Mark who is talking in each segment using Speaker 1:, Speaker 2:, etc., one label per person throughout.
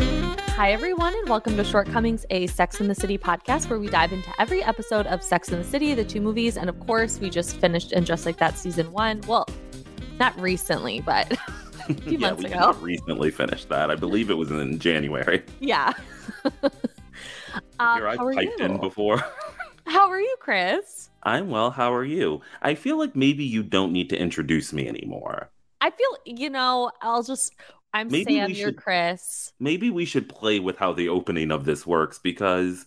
Speaker 1: Hi, everyone, and welcome to Shortcomings, a Sex in the City podcast where we dive into every episode of Sex in the City, the two movies, and of course, we just finished in Just Like That season one. Well, not recently, but a few
Speaker 2: yeah,
Speaker 1: months
Speaker 2: we
Speaker 1: ago.
Speaker 2: recently finished that. I believe it was in January.
Speaker 1: Yeah. um,
Speaker 2: Here I
Speaker 1: Uh, how are
Speaker 2: piped in
Speaker 1: you?
Speaker 2: before.
Speaker 1: How are you, Chris?
Speaker 2: I'm well. How are you? I feel like maybe you don't need to introduce me anymore.
Speaker 1: I feel, you know, I'll just, I'm
Speaker 2: Maybe
Speaker 1: Sam,
Speaker 2: we
Speaker 1: you're
Speaker 2: should-
Speaker 1: Chris.
Speaker 2: Maybe we should play with how the opening of this works because,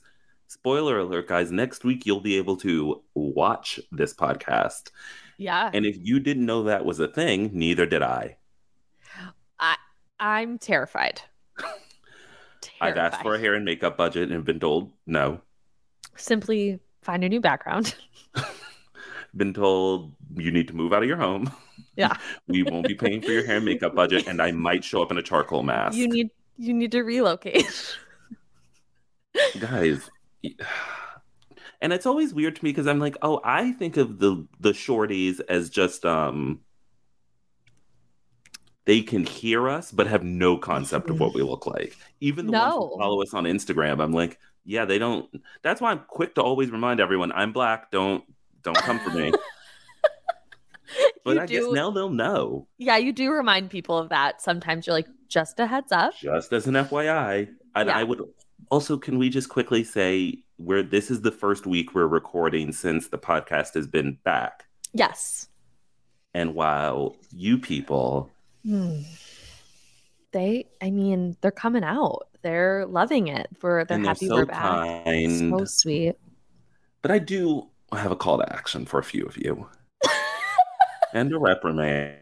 Speaker 2: spoiler alert, guys, next week you'll be able to watch this podcast.
Speaker 1: Yeah.
Speaker 2: And if you didn't know that was a thing, neither did I.
Speaker 1: I'm terrified.
Speaker 2: I've asked for a
Speaker 1: Terrified.
Speaker 2: hair and makeup budget and been told no.
Speaker 1: Simply find a new background.
Speaker 2: been told you need to move out of your home.
Speaker 1: Yeah.
Speaker 2: we won't be paying for your hair and makeup budget, and I might show up in a charcoal mask.
Speaker 1: You need, you need to relocate.
Speaker 2: Guys. And it's always weird to me because I'm like, oh, I think of the the shorties as just um they can hear us but have no concept of what we look like. Even the ones
Speaker 1: No.
Speaker 2: who follow us on Instagram, I'm like, yeah, they don't that's why I'm quick to always remind everyone I'm black, don't don't come for me. But
Speaker 1: You
Speaker 2: I guess
Speaker 1: do-
Speaker 2: now they'll know.
Speaker 1: Yeah, you do remind people of that. Sometimes you're like, just a heads up.
Speaker 2: just as an FYI. And
Speaker 1: Yeah.
Speaker 2: I would also, can we just quickly say where this is the first week we're recording since the podcast has been back.
Speaker 1: Yes.
Speaker 2: And while you people,
Speaker 1: Hmm. They, I mean, they're coming out. They're loving it. We're, they're
Speaker 2: and
Speaker 1: happy
Speaker 2: they're so
Speaker 1: we're back.
Speaker 2: kind,
Speaker 1: So sweet.
Speaker 2: but I do have a call to action for a few of you and a reprimand.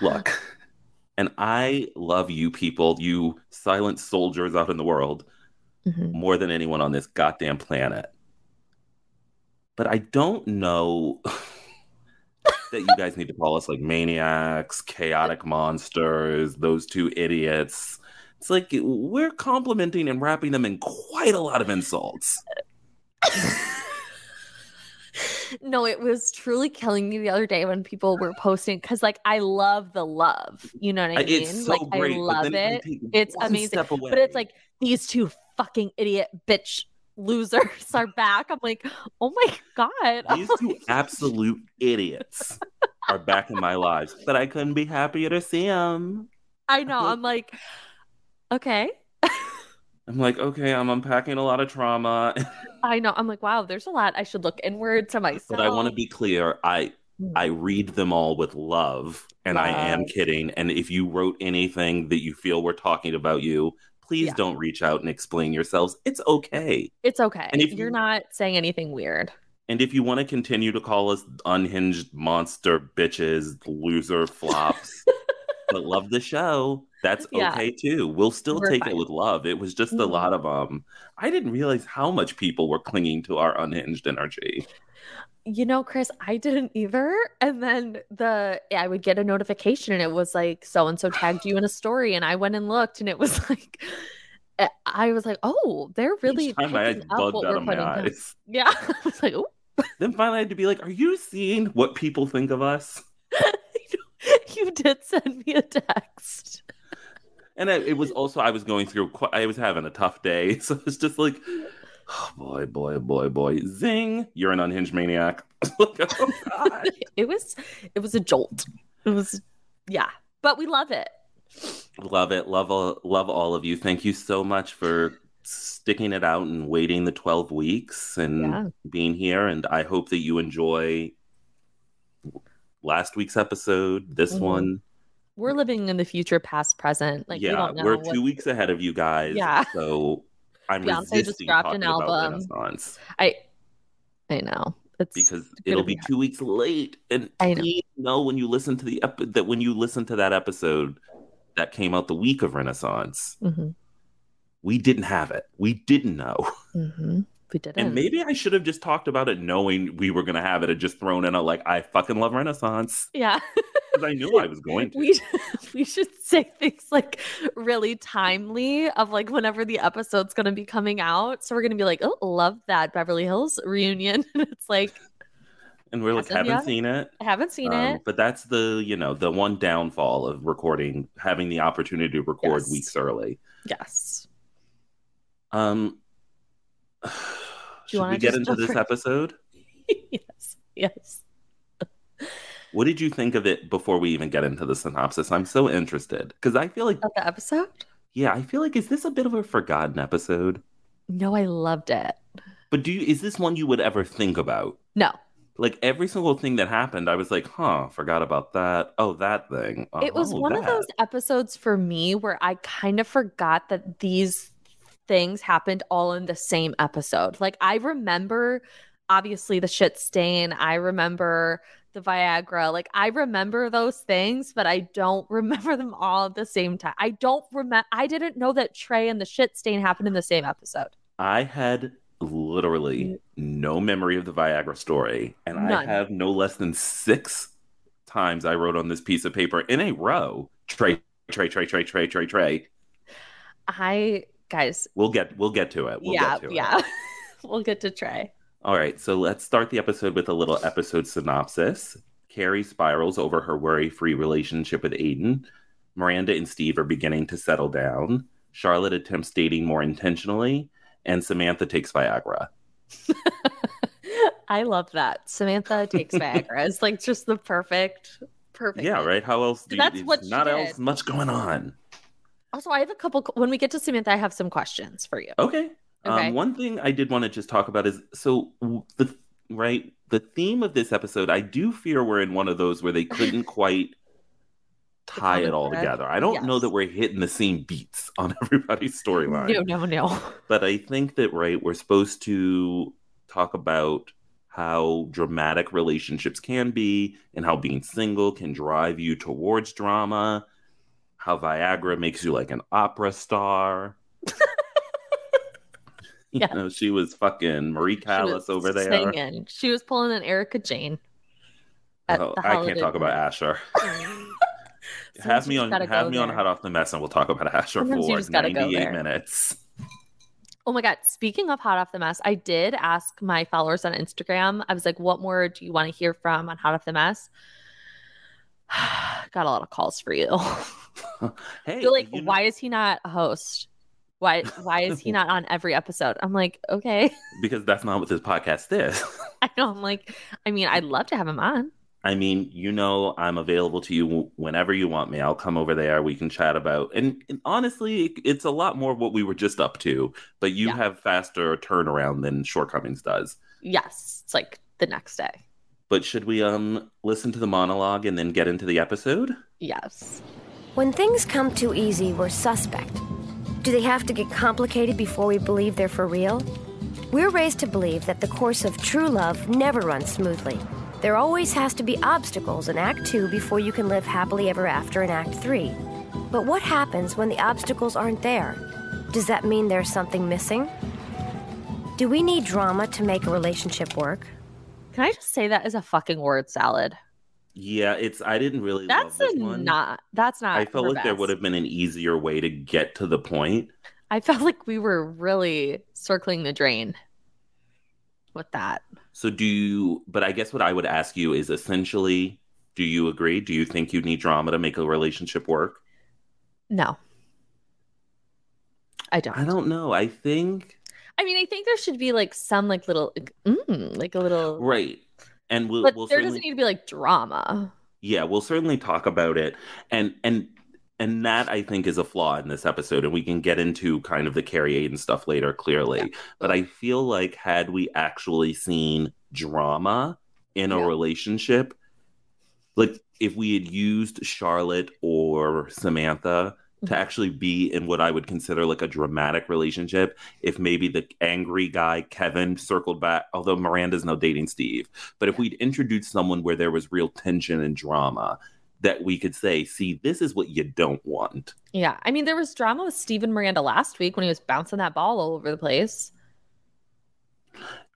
Speaker 2: Look, and I love you people, you silent soldiers out in the world.
Speaker 1: Mhm.
Speaker 2: more than anyone on this goddamn planet. But I don't know that you guys need to call us like maniacs, chaotic monsters, those two idiots. It's like we're complimenting and wrapping them in quite a lot of insults.
Speaker 1: No, it was truly killing me the other day when people were posting because, like, I love the love. You know what I
Speaker 2: I-
Speaker 1: mean?
Speaker 2: it's so
Speaker 1: like,
Speaker 2: great.
Speaker 1: I
Speaker 2: but
Speaker 1: love
Speaker 2: then if you
Speaker 1: it.
Speaker 2: take
Speaker 1: It's
Speaker 2: one
Speaker 1: amazing.
Speaker 2: step away-
Speaker 1: But it's like these two fucking idiot bitch losers are back. I'm like, oh my god. I'm
Speaker 2: these two absolute idiots are back in my lives, but I couldn't be happier to see them.
Speaker 1: I know.
Speaker 2: feel-
Speaker 1: I'm like, okay.
Speaker 2: I'm like, okay, I'm unpacking a lot of trauma,
Speaker 1: I know. I'm like, wow, there's a lot. I should look inward to myself.
Speaker 2: but I want to be clear. I
Speaker 1: Mm.
Speaker 2: I read them all with love, and I am
Speaker 1: Love.
Speaker 2: kidding. And if you wrote anything that you feel we're talking about you, please
Speaker 1: Yeah.
Speaker 2: don't reach out and explain yourselves. It's okay.
Speaker 1: It's okay.
Speaker 2: And if
Speaker 1: You're
Speaker 2: you-
Speaker 1: not saying anything weird.
Speaker 2: And if you want to continue to call us unhinged monster bitches, loser flops, but love the show, that's
Speaker 1: Yeah.
Speaker 2: okay too. We'll still
Speaker 1: We're
Speaker 2: take
Speaker 1: fine.
Speaker 2: it with love. It was just a
Speaker 1: Mhm.
Speaker 2: lot of um. I didn't realize how much people were clinging to our unhinged energy.
Speaker 1: You know, Chris, I didn't either. And then the I would get a notification and it was like so and so tagged you in a story and I went and looked and it was like I- I was like, "Oh, they're really
Speaker 2: Each time my eyes
Speaker 1: picking up
Speaker 2: bugged
Speaker 1: what
Speaker 2: out
Speaker 1: we're
Speaker 2: of my
Speaker 1: putting down."
Speaker 2: eyes.
Speaker 1: Yeah. I was like, "Oh,
Speaker 2: Then finally, I had to be like, "Are you seeing what people think of us?"
Speaker 1: you did send me a text."
Speaker 2: And I, it was also I was going through. Quite, I was having a tough day, so it's just like, oh boy, boy, boy, boy, zing! You're an unhinged maniac. Like, oh, God.
Speaker 1: It was it was a jolt. It was yeah. But we love it.
Speaker 2: love it, love all, love all of you. Thank you so much for sticking it out and waiting the twelve weeks and
Speaker 1: Yeah.
Speaker 2: being here. And I hope that you enjoy last week's episode, this
Speaker 1: Mhm.
Speaker 2: one.
Speaker 1: We're living in the future, past, present. Like we
Speaker 2: yeah,
Speaker 1: don't know.
Speaker 2: are
Speaker 1: what-
Speaker 2: two weeks ahead of you guys.
Speaker 1: Yeah.
Speaker 2: So I'm
Speaker 1: Beyonce just
Speaker 2: resisting
Speaker 1: dropped an
Speaker 2: talking about
Speaker 1: album.
Speaker 2: Renaissance
Speaker 1: I I know. It's
Speaker 2: because it'll
Speaker 1: be
Speaker 2: be two weeks late. And
Speaker 1: I know.
Speaker 2: please know when you listen to the ep- that when you listen to that episode that came out the week of Renaissance,
Speaker 1: Mhm,
Speaker 2: we didn't have it. We didn't know.
Speaker 1: mhm. we did
Speaker 2: And
Speaker 1: it.
Speaker 2: maybe I should have just talked about it knowing we were gonna have it and just thrown in a like I fucking love Renaissance.
Speaker 1: yeah,
Speaker 2: Because I knew I was going to.
Speaker 1: we we should say things like really timely of like whenever the episode's gonna be coming out. So we're gonna be like, oh, love that Beverly Hills reunion. And it's like
Speaker 2: and we're like,
Speaker 1: Hasn't
Speaker 2: haven't
Speaker 1: yet.
Speaker 2: seen it.
Speaker 1: I haven't seen
Speaker 2: Um,
Speaker 1: it.
Speaker 2: But that's the you know the one downfall of recording, having the opportunity to record
Speaker 1: Yes.
Speaker 2: weeks early.
Speaker 1: Yes.
Speaker 2: Um, should
Speaker 1: wanna
Speaker 2: we get
Speaker 1: just
Speaker 2: into
Speaker 1: jump
Speaker 2: this
Speaker 1: right-
Speaker 2: episode?
Speaker 1: yes. Yes.
Speaker 2: What did you think of it before we even get into the synopsis? I'm so interested because I feel like,
Speaker 1: Of the episode?
Speaker 2: yeah, I feel like is this a bit of a forgotten episode?
Speaker 1: No, I loved it.
Speaker 2: But do you is this one you would ever think about?
Speaker 1: No.
Speaker 2: Like every single thing that happened, I was like, huh, forgot about that. Oh, that thing. Uh-huh,
Speaker 1: It was
Speaker 2: one
Speaker 1: one of those episodes for me where I kind of forgot that these things happened all in the same episode. Like I remember obviously the shit stain, I remember the Viagra. Like I remember those things, but I don't remember them all at the same time. I don't remember I didn't know that Trey and the shit stain happened in the same episode.
Speaker 2: I had literally no memory of the Viagra story, and I
Speaker 1: None.
Speaker 2: have no less than six times I wrote on this piece of paper in a row. Trey, Trey, Trey, Trey, Trey, Trey, Trey.
Speaker 1: I guys,
Speaker 2: We'll get we'll get to it. We'll
Speaker 1: yeah,
Speaker 2: get to it.
Speaker 1: yeah. we'll get to Trey.
Speaker 2: All right, so let's start the episode with a little episode synopsis. Carrie spirals over her worry free relationship with Aiden. Miranda and Steve are beginning to settle down. Charlotte attempts dating more intentionally, and Samantha takes Viagra.
Speaker 1: I love that. Samantha takes Viagra. It's like just the perfect, perfect.
Speaker 2: Yeah, right. How else? Do
Speaker 1: That's
Speaker 2: you,
Speaker 1: what she
Speaker 2: Not
Speaker 1: did.
Speaker 2: else much going on.
Speaker 1: Also, I have a couple. When we get to Samantha, I have some questions for you.
Speaker 2: Okay.
Speaker 1: Okay.
Speaker 2: Um, one thing I did want to just talk about is so w- the right the theme of this episode. I do fear we're in one of those where they couldn't quite tie
Speaker 1: common
Speaker 2: it all
Speaker 1: thread.
Speaker 2: together. I don't know
Speaker 1: Yes.
Speaker 2: that we're hitting the same beats on everybody's storyline,
Speaker 1: No, no, no.
Speaker 2: but I think that right we're supposed to talk about how dramatic relationships can be and how being single can drive you towards drama, how Viagra makes you like an opera star. You
Speaker 1: Yeah.
Speaker 2: know, she was fucking Marie Callas over there.
Speaker 1: Singing. She was pulling an Erica Jane. at
Speaker 2: Oh,
Speaker 1: the
Speaker 2: I can't
Speaker 1: holiday
Speaker 2: talk about
Speaker 1: party.
Speaker 2: Asher.
Speaker 1: Sometimes
Speaker 2: have
Speaker 1: you
Speaker 2: me
Speaker 1: just
Speaker 2: on
Speaker 1: gotta
Speaker 2: have
Speaker 1: go
Speaker 2: me on
Speaker 1: there.
Speaker 2: hot off the mess and we'll talk about Asher
Speaker 1: Sometimes you
Speaker 2: for
Speaker 1: just gotta go
Speaker 2: 98
Speaker 1: there.
Speaker 2: minutes.
Speaker 1: Oh my God. Speaking of Hot Off the Mess, I did ask my followers on Instagram. I was like, what more do you want to hear from on Hot Off the Mess? Got a lot of calls for you.
Speaker 2: Hey,
Speaker 1: They're like,
Speaker 2: you know-
Speaker 1: why is he not a host? Why why is he not on every episode? I'm like, okay.
Speaker 2: because that's not what this podcast is.
Speaker 1: I know. I'm like, I mean, I'd love to have him on.
Speaker 2: I mean, you know, I'm available to you whenever you want me. I'll come over there. We can chat about. And, and honestly, it's a lot more what we were just up to, but you
Speaker 1: Yeah.
Speaker 2: have faster turnaround than Shortcomings does.
Speaker 1: Yes. It's like the next day.
Speaker 2: But should we um listen to the monologue and then get into the episode?
Speaker 1: Yes.
Speaker 3: When things come too easy, we're suspect. Do they have to get complicated before we believe they're for real? We're raised to believe that the course of true love never runs smoothly. There always has to be obstacles in Act 2 before you can live happily ever after in Act 3. But what happens when the obstacles aren't there? Does that mean there's something missing? Do we need drama to make a relationship work?
Speaker 1: Can I just say that is a fucking word salad?
Speaker 2: Yeah, it's. I didn't really.
Speaker 1: That's
Speaker 2: love
Speaker 1: a
Speaker 2: this one.
Speaker 1: not. That's not.
Speaker 2: I felt
Speaker 1: her
Speaker 2: like there
Speaker 1: best.
Speaker 2: would have been an easier way to get to the point.
Speaker 1: I felt like we were really circling the drain with that.
Speaker 2: So do you? But I guess what I would ask you is essentially, do you agree? Do you think you need drama to make a relationship work?
Speaker 1: No, I don't.
Speaker 2: I don't know. I think
Speaker 1: I mean, I think there should be like some like little, like, mm, like a little,
Speaker 2: right, and we'll
Speaker 1: but
Speaker 2: we'll
Speaker 1: there
Speaker 2: certainly
Speaker 1: doesn't need to be like drama.
Speaker 2: yeah we'll certainly talk about it, and and and that I think is a flaw in this episode, and we can get into kind of the Carrie Aiden stuff later clearly. But I feel like had we actually seen drama in a
Speaker 1: Yeah.
Speaker 2: relationship, like if we had used Charlotte or Samantha.
Speaker 1: Mhm.
Speaker 2: To actually be in what I would consider like a dramatic relationship, if maybe the angry guy Kevin circled back, although Miranda's now dating Steve, but if we'd introduced someone where there was real tension and drama, that we could say, see, this is what you don't want.
Speaker 1: Yeah, I mean, there was drama with Steven Miranda last week when he was bouncing that ball all over the place.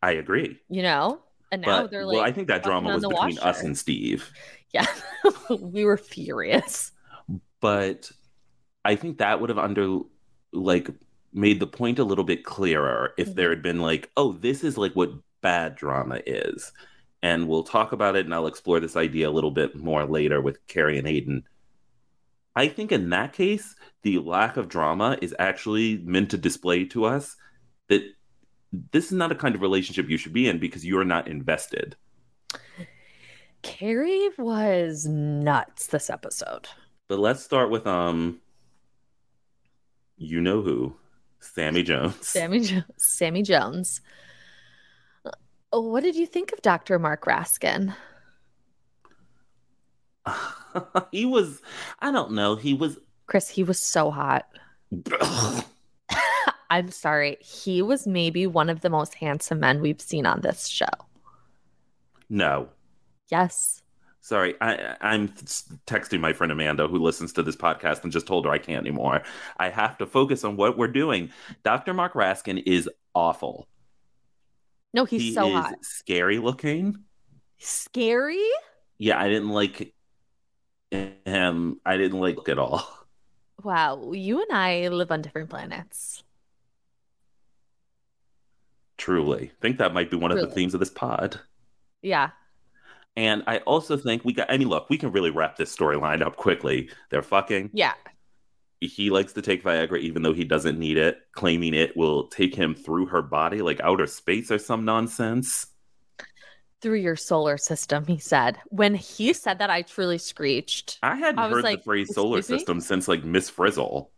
Speaker 2: I agree.
Speaker 1: You know, and now
Speaker 2: but
Speaker 1: they're like,
Speaker 2: well, I think that drama
Speaker 1: on
Speaker 2: was
Speaker 1: the
Speaker 2: between us
Speaker 1: washer.
Speaker 2: and Steve.
Speaker 1: yeah, we were furious.
Speaker 2: But I think that would have under like made the point a little bit clearer if there had been like, oh, this is like what bad drama is. and we'll talk about it and I'll explore this idea a little bit more later with Carrie and Hayden. I think in that case, the lack of drama is actually meant to display to us that this is not a kind of relationship you should be in because you're not invested.
Speaker 1: Carrie was nuts this episode.
Speaker 2: But let's start with um you know who, Sammy Jones.
Speaker 1: Sammy jo- Sammy Jones. Oh, What did you think of Dr. Mark Raskin?
Speaker 2: he was I don't know, he was
Speaker 1: Chris, he was so hot. I'm sorry. He was maybe one of the most handsome men we've seen on this show.
Speaker 2: no.
Speaker 1: Yes.
Speaker 2: Sorry, I, I'm texting my friend Amanda, who listens to this podcast, and just told her I can't anymore. I have to focus on what we're doing. Dr. Mark Raskin is awful.
Speaker 1: No, he's
Speaker 2: he
Speaker 1: so
Speaker 2: is
Speaker 1: hot.
Speaker 2: scary looking.
Speaker 1: Scary?
Speaker 2: Yeah, I didn't like him. I didn't like it at all.
Speaker 1: Wow. You and I live on different planets.
Speaker 2: Truly, think that might be one of the
Speaker 1: Really?
Speaker 2: themes of this pod.
Speaker 1: Yeah.
Speaker 2: And I also think we got. I mean, look, we can really wrap this storyline up quickly. They're fucking.
Speaker 1: Yeah.
Speaker 2: he likes to take Viagra even though he doesn't need it, claiming it will take him through her body like outer space or some nonsense.
Speaker 1: Through your solar system, he said. When he said that, I truly screeched.
Speaker 2: I hadn't
Speaker 1: I was
Speaker 2: heard
Speaker 1: like,
Speaker 2: the phrase solar
Speaker 1: "Excuse me?"
Speaker 2: system since like Miss Frizzle.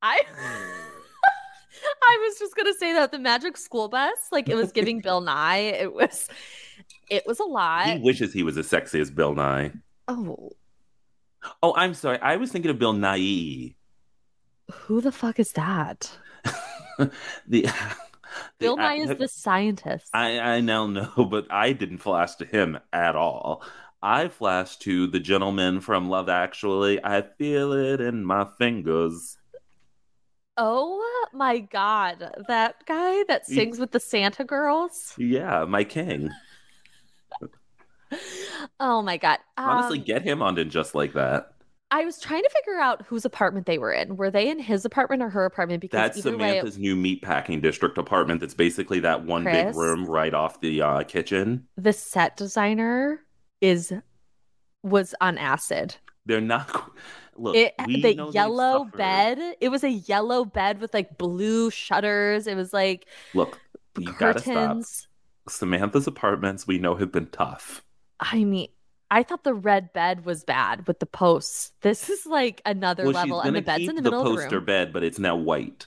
Speaker 1: I I was just gonna say that the magic school bus, like it was giving Bill Nye. It was it was a
Speaker 2: he
Speaker 1: lot.
Speaker 2: wishes he was as sexy as Bill Nye.
Speaker 1: Oh,
Speaker 2: Oh, I'm sorry. I was thinking of Bill Nye.
Speaker 1: who the fuck is that?
Speaker 2: the, the-
Speaker 1: Bill Nye
Speaker 2: I-
Speaker 1: is the scientist.
Speaker 2: I, I now know, but I didn't flash to him at all. I flashed to the gentleman from Love Actually. I feel it in my fingers.
Speaker 1: oh my god, that guy that
Speaker 2: He-
Speaker 1: sings with the Santa girls.
Speaker 2: Yeah, my king.
Speaker 1: Oh my god.
Speaker 2: Honestly,
Speaker 1: Um,
Speaker 2: get him on to just like that.
Speaker 1: I was trying to figure out whose apartment they were in. Were they in his apartment or her apartment? Because
Speaker 2: That's
Speaker 1: either way, it-
Speaker 2: Samantha's new meatpacking district apartment. That's basically that one big
Speaker 1: Chris?
Speaker 2: room right off the uh, kitchen.
Speaker 1: the set designer is was on acid.
Speaker 2: They're not. Look,
Speaker 1: it
Speaker 2: we know
Speaker 1: the
Speaker 2: they've
Speaker 1: yellow
Speaker 2: suffered.
Speaker 1: bed it was a yellow bed with like blue shutters it was like
Speaker 2: Look, you gotta stop.
Speaker 1: curtains
Speaker 2: Samantha's apartments we know have been tough.
Speaker 1: i mean i thought the red bed was bad with the posts this is like another
Speaker 2: well,
Speaker 1: level
Speaker 2: she's
Speaker 1: and
Speaker 2: gonna
Speaker 1: the bed's
Speaker 2: keep
Speaker 1: in the
Speaker 2: the
Speaker 1: middle
Speaker 2: poster
Speaker 1: of the room
Speaker 2: bed, but it's now white.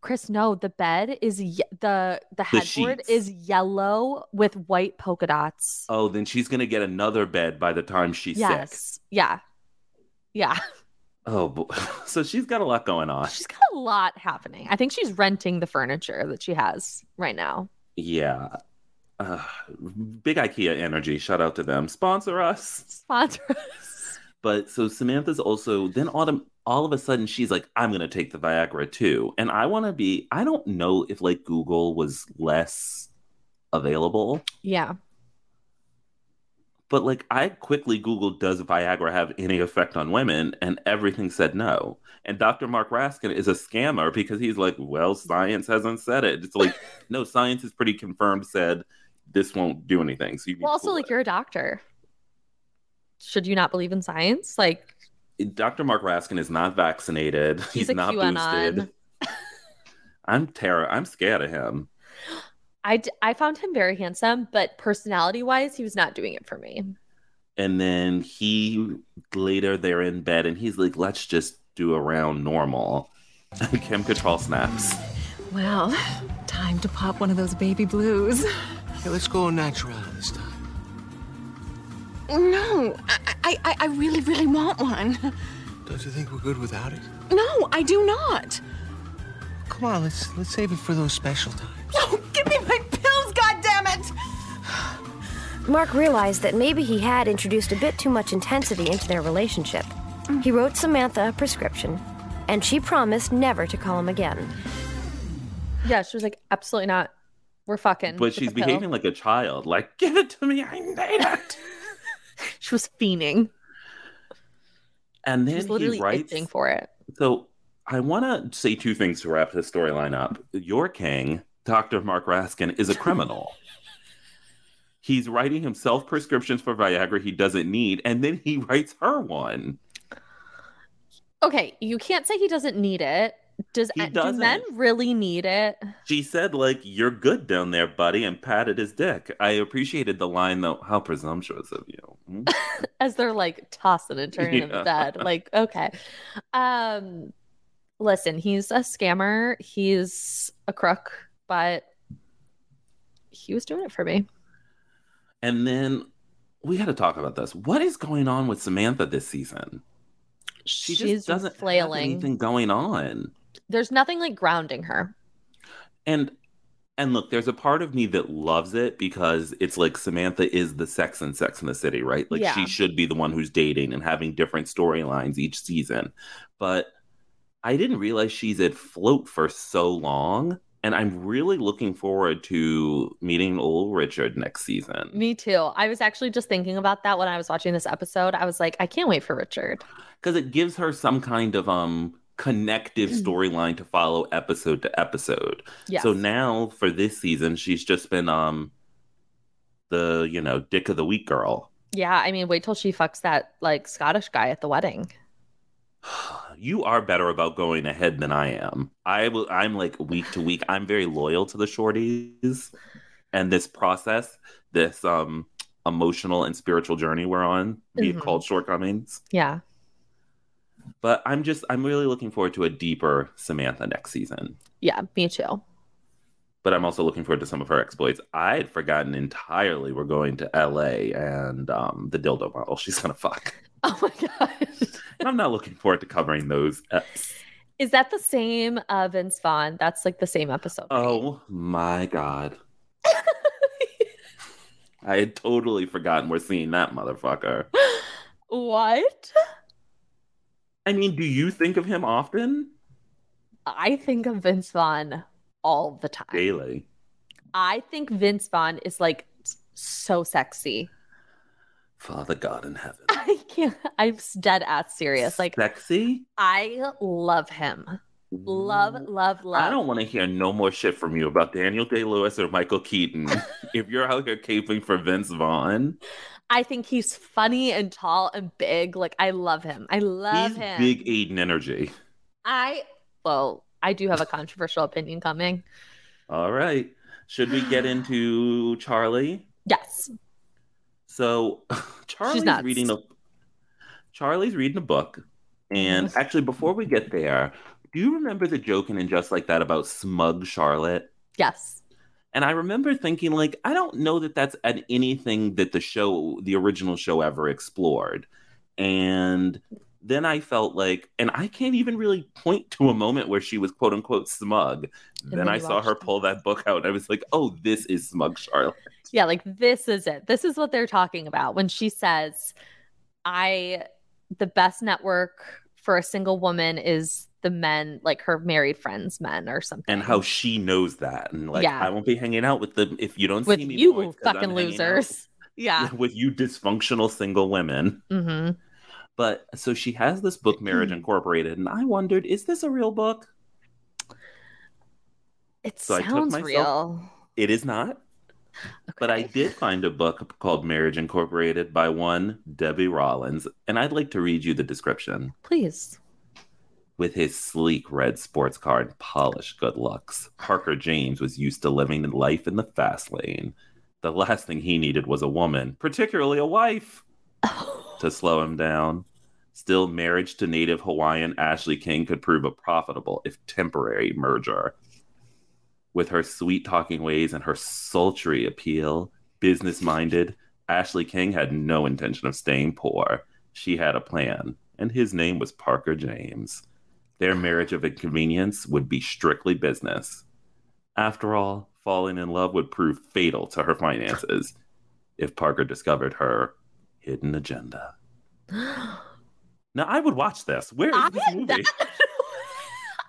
Speaker 1: chris no the bed is ye- the the headboard
Speaker 2: sheets.
Speaker 1: is yellow with white polka dots
Speaker 2: Oh, then she's gonna get another bed by the time she's sick.
Speaker 1: yes yeah yeah
Speaker 2: Oh, boy. so she's got a lot going on.
Speaker 1: she's got a lot happening i think she's renting the furniture that she has right now
Speaker 2: Yeah. Uh, big IKEA energy. Shout out to them. Sponsor us.
Speaker 1: sponsor us
Speaker 2: But so Samantha's also then autumn all of a sudden she's like, I'm gonna take the Viagra too. And I wanna be I don't know if like Google was less available,
Speaker 1: yeah
Speaker 2: but like I quickly Googled does Viagra have any effect on women? And everything said no. And Dr. Mark Raskin is a scammer because he's like, Well, science hasn't said it. It's like, no, science is pretty confirmed said this won't do anything. So you can
Speaker 1: well also
Speaker 2: cool
Speaker 1: like
Speaker 2: it.
Speaker 1: you're a doctor should you not believe in science like
Speaker 2: Dr. Mark Raskin is not vaccinated. He's,
Speaker 1: a
Speaker 2: not
Speaker 1: QAnon.
Speaker 2: boosted. I'm terror. I'm scared of him.
Speaker 1: I, d- I found him very handsome but personality wise he was not doing it for me
Speaker 2: And then he later they're in bed and he's like, let's just do a round normal. Kim Cattrall snaps.
Speaker 4: Well, time to pop one of those baby blues.
Speaker 5: Hey, let's go natural this time.
Speaker 4: No, I, I, I- I really, really want one.
Speaker 5: Don't you think we're good without it?
Speaker 4: No, I do not.
Speaker 5: Come on, let's let's save it for those special times.
Speaker 4: No, give me my pills, goddammit!
Speaker 3: Mark realized that maybe he had introduced a bit too much intensity into their relationship. He wrote Samantha a prescription, and she promised never to call him again.
Speaker 1: yeah she was like absolutely not we're fucking
Speaker 2: But she's behaving like a child. Like, give it to me. I need it.
Speaker 1: like she was fiending
Speaker 2: And
Speaker 1: she
Speaker 2: then
Speaker 1: was literally
Speaker 2: he writes.
Speaker 1: itching for it
Speaker 2: So I want to say two things to wrap this storyline up. Your king, Dr. Mark Raskin, is a criminal. He's writing himself prescriptions for Viagra he doesn't need, and then he writes her one.
Speaker 1: Okay, you can't say he doesn't need it. Does
Speaker 2: He
Speaker 1: do men
Speaker 2: doesn't.
Speaker 1: really need it?
Speaker 2: She said, like, you're good down there, buddy, and patted his dick. I appreciated the line, though. How presumptuous of you. Mm.
Speaker 1: As they're like tossing and turning him
Speaker 2: Yeah.
Speaker 1: dead. Like, okay. Um listen, he's a scammer. He's a crook, but he was doing it for me.
Speaker 2: and then we had to talk about this. What is going on with Samantha this season? She
Speaker 1: She's
Speaker 2: just doesn't have
Speaker 1: flailing.
Speaker 2: anything going on.
Speaker 1: There's nothing like grounding her.
Speaker 2: And and look, there's a part of me that loves it because it's like Samantha is the sex and sex in the city, right? Like
Speaker 1: Yeah.
Speaker 2: she should be the one who's dating and having different storylines each season. But I didn't realize she's at float for so long. And I'm really looking forward to meeting old Richard next season.
Speaker 1: Me too. I was actually just thinking about that when I was watching this episode. I was like, I can't wait for Richard.
Speaker 2: because it gives her some kind of um connective
Speaker 1: Mm.
Speaker 2: storyline to follow episode to episode.
Speaker 1: Yes.
Speaker 2: So now for this season, she's just been um the you know dick of the week girl.
Speaker 1: Yeah, I mean, wait till she fucks that like Scottish guy at the wedding.
Speaker 2: You are better about going ahead than I am. I will. I'm like week to week. I'm very loyal to the shorties, and this process, this um emotional and spiritual journey we're on, we
Speaker 1: Mhm.
Speaker 2: called shortcomings.
Speaker 1: Yeah.
Speaker 2: But I'm just. I'm really looking forward to a deeper Samantha next season.
Speaker 1: Yeah, me too.
Speaker 2: but I'm also looking forward to some of her exploits. I had forgotten entirely we're going to LA and um, the dildo model she's gonna fuck.
Speaker 1: Oh my god.
Speaker 2: And I'm not looking forward to covering those. Uh,
Speaker 1: Is that the same uh, Vince Vaughn? That's like the same episode. right?
Speaker 2: oh my god. I had totally forgotten we're seeing that motherfucker.
Speaker 1: What?
Speaker 2: I mean, do you think of him often?
Speaker 1: I think of Vince Vaughn all the time.
Speaker 2: Daily.
Speaker 1: I think Vince Vaughn is like s- so sexy.
Speaker 2: Father God in heaven.
Speaker 1: I can't. I'm s- dead ass serious. Like
Speaker 2: sexy?
Speaker 1: I love him. Love, love, love.
Speaker 2: Mm. I don't want to hear no more shit from you about Daniel Day Lewis or Michael Keaton. if you're out here caping for Vince Vaughn,
Speaker 1: I think he's funny and tall and big. Like I love him. I love
Speaker 2: he's
Speaker 1: him.
Speaker 2: big Aiden energy.
Speaker 1: I well, I do have a controversial opinion coming.
Speaker 2: All right. Should we get into Charlie?
Speaker 1: Yes.
Speaker 2: So Charlie's
Speaker 1: nuts.
Speaker 2: reading a Charlie's reading a book. And actually before we get there, do you remember the joke and just like that about smug Charlotte?
Speaker 1: Yes.
Speaker 2: And I remember thinking like I don't know that that's at anything that the show the original show ever explored. And then I felt like and I can't even really point to a moment where she was quote unquote smug. Then,
Speaker 1: then
Speaker 2: I
Speaker 1: you
Speaker 2: saw her
Speaker 1: watched it.
Speaker 2: pull that book out and I was like, "Oh, this is smug Charlotte."
Speaker 1: Yeah, like this is it. This is what they're talking about when she says, I, the best network for a single woman is the men, like her married friends, men or something.
Speaker 2: and how she knows that and like
Speaker 1: Yeah.
Speaker 2: i won't be hanging out with them if you don't
Speaker 1: with
Speaker 2: see me
Speaker 1: you
Speaker 2: boys, 'cause I'm
Speaker 1: fucking
Speaker 2: hanging out
Speaker 1: losers. Yeah.
Speaker 2: with you dysfunctional single women
Speaker 1: hmm
Speaker 2: but so she has this book marriage incorporated and i wondered is this a real book
Speaker 1: It
Speaker 2: So I took
Speaker 1: sounds
Speaker 2: myself-
Speaker 1: real.
Speaker 2: it is not but i
Speaker 1: Okay.
Speaker 2: did find a book called marriage incorporated by one debbie rollins and i'd like to read you the description
Speaker 1: Please.
Speaker 2: With his sleek red sports car and polished good looks, Parker James was used to living life in the fast lane. The last thing he needed was a woman, particularly a wife, to slow him down. Still, marriage to native Hawaiian Ashley King could prove a profitable, if temporary, merger. With her sweet talking ways and her sultry appeal, business minded, Ashley King had no intention of staying poor. She had a plan, and his name was Parker James. Their marriage of inconvenience would be strictly business. After all, falling in love would prove fatal to her finances if Parker discovered her hidden agenda. Now, I would watch this. Where is
Speaker 1: I-
Speaker 2: this movie?
Speaker 1: that-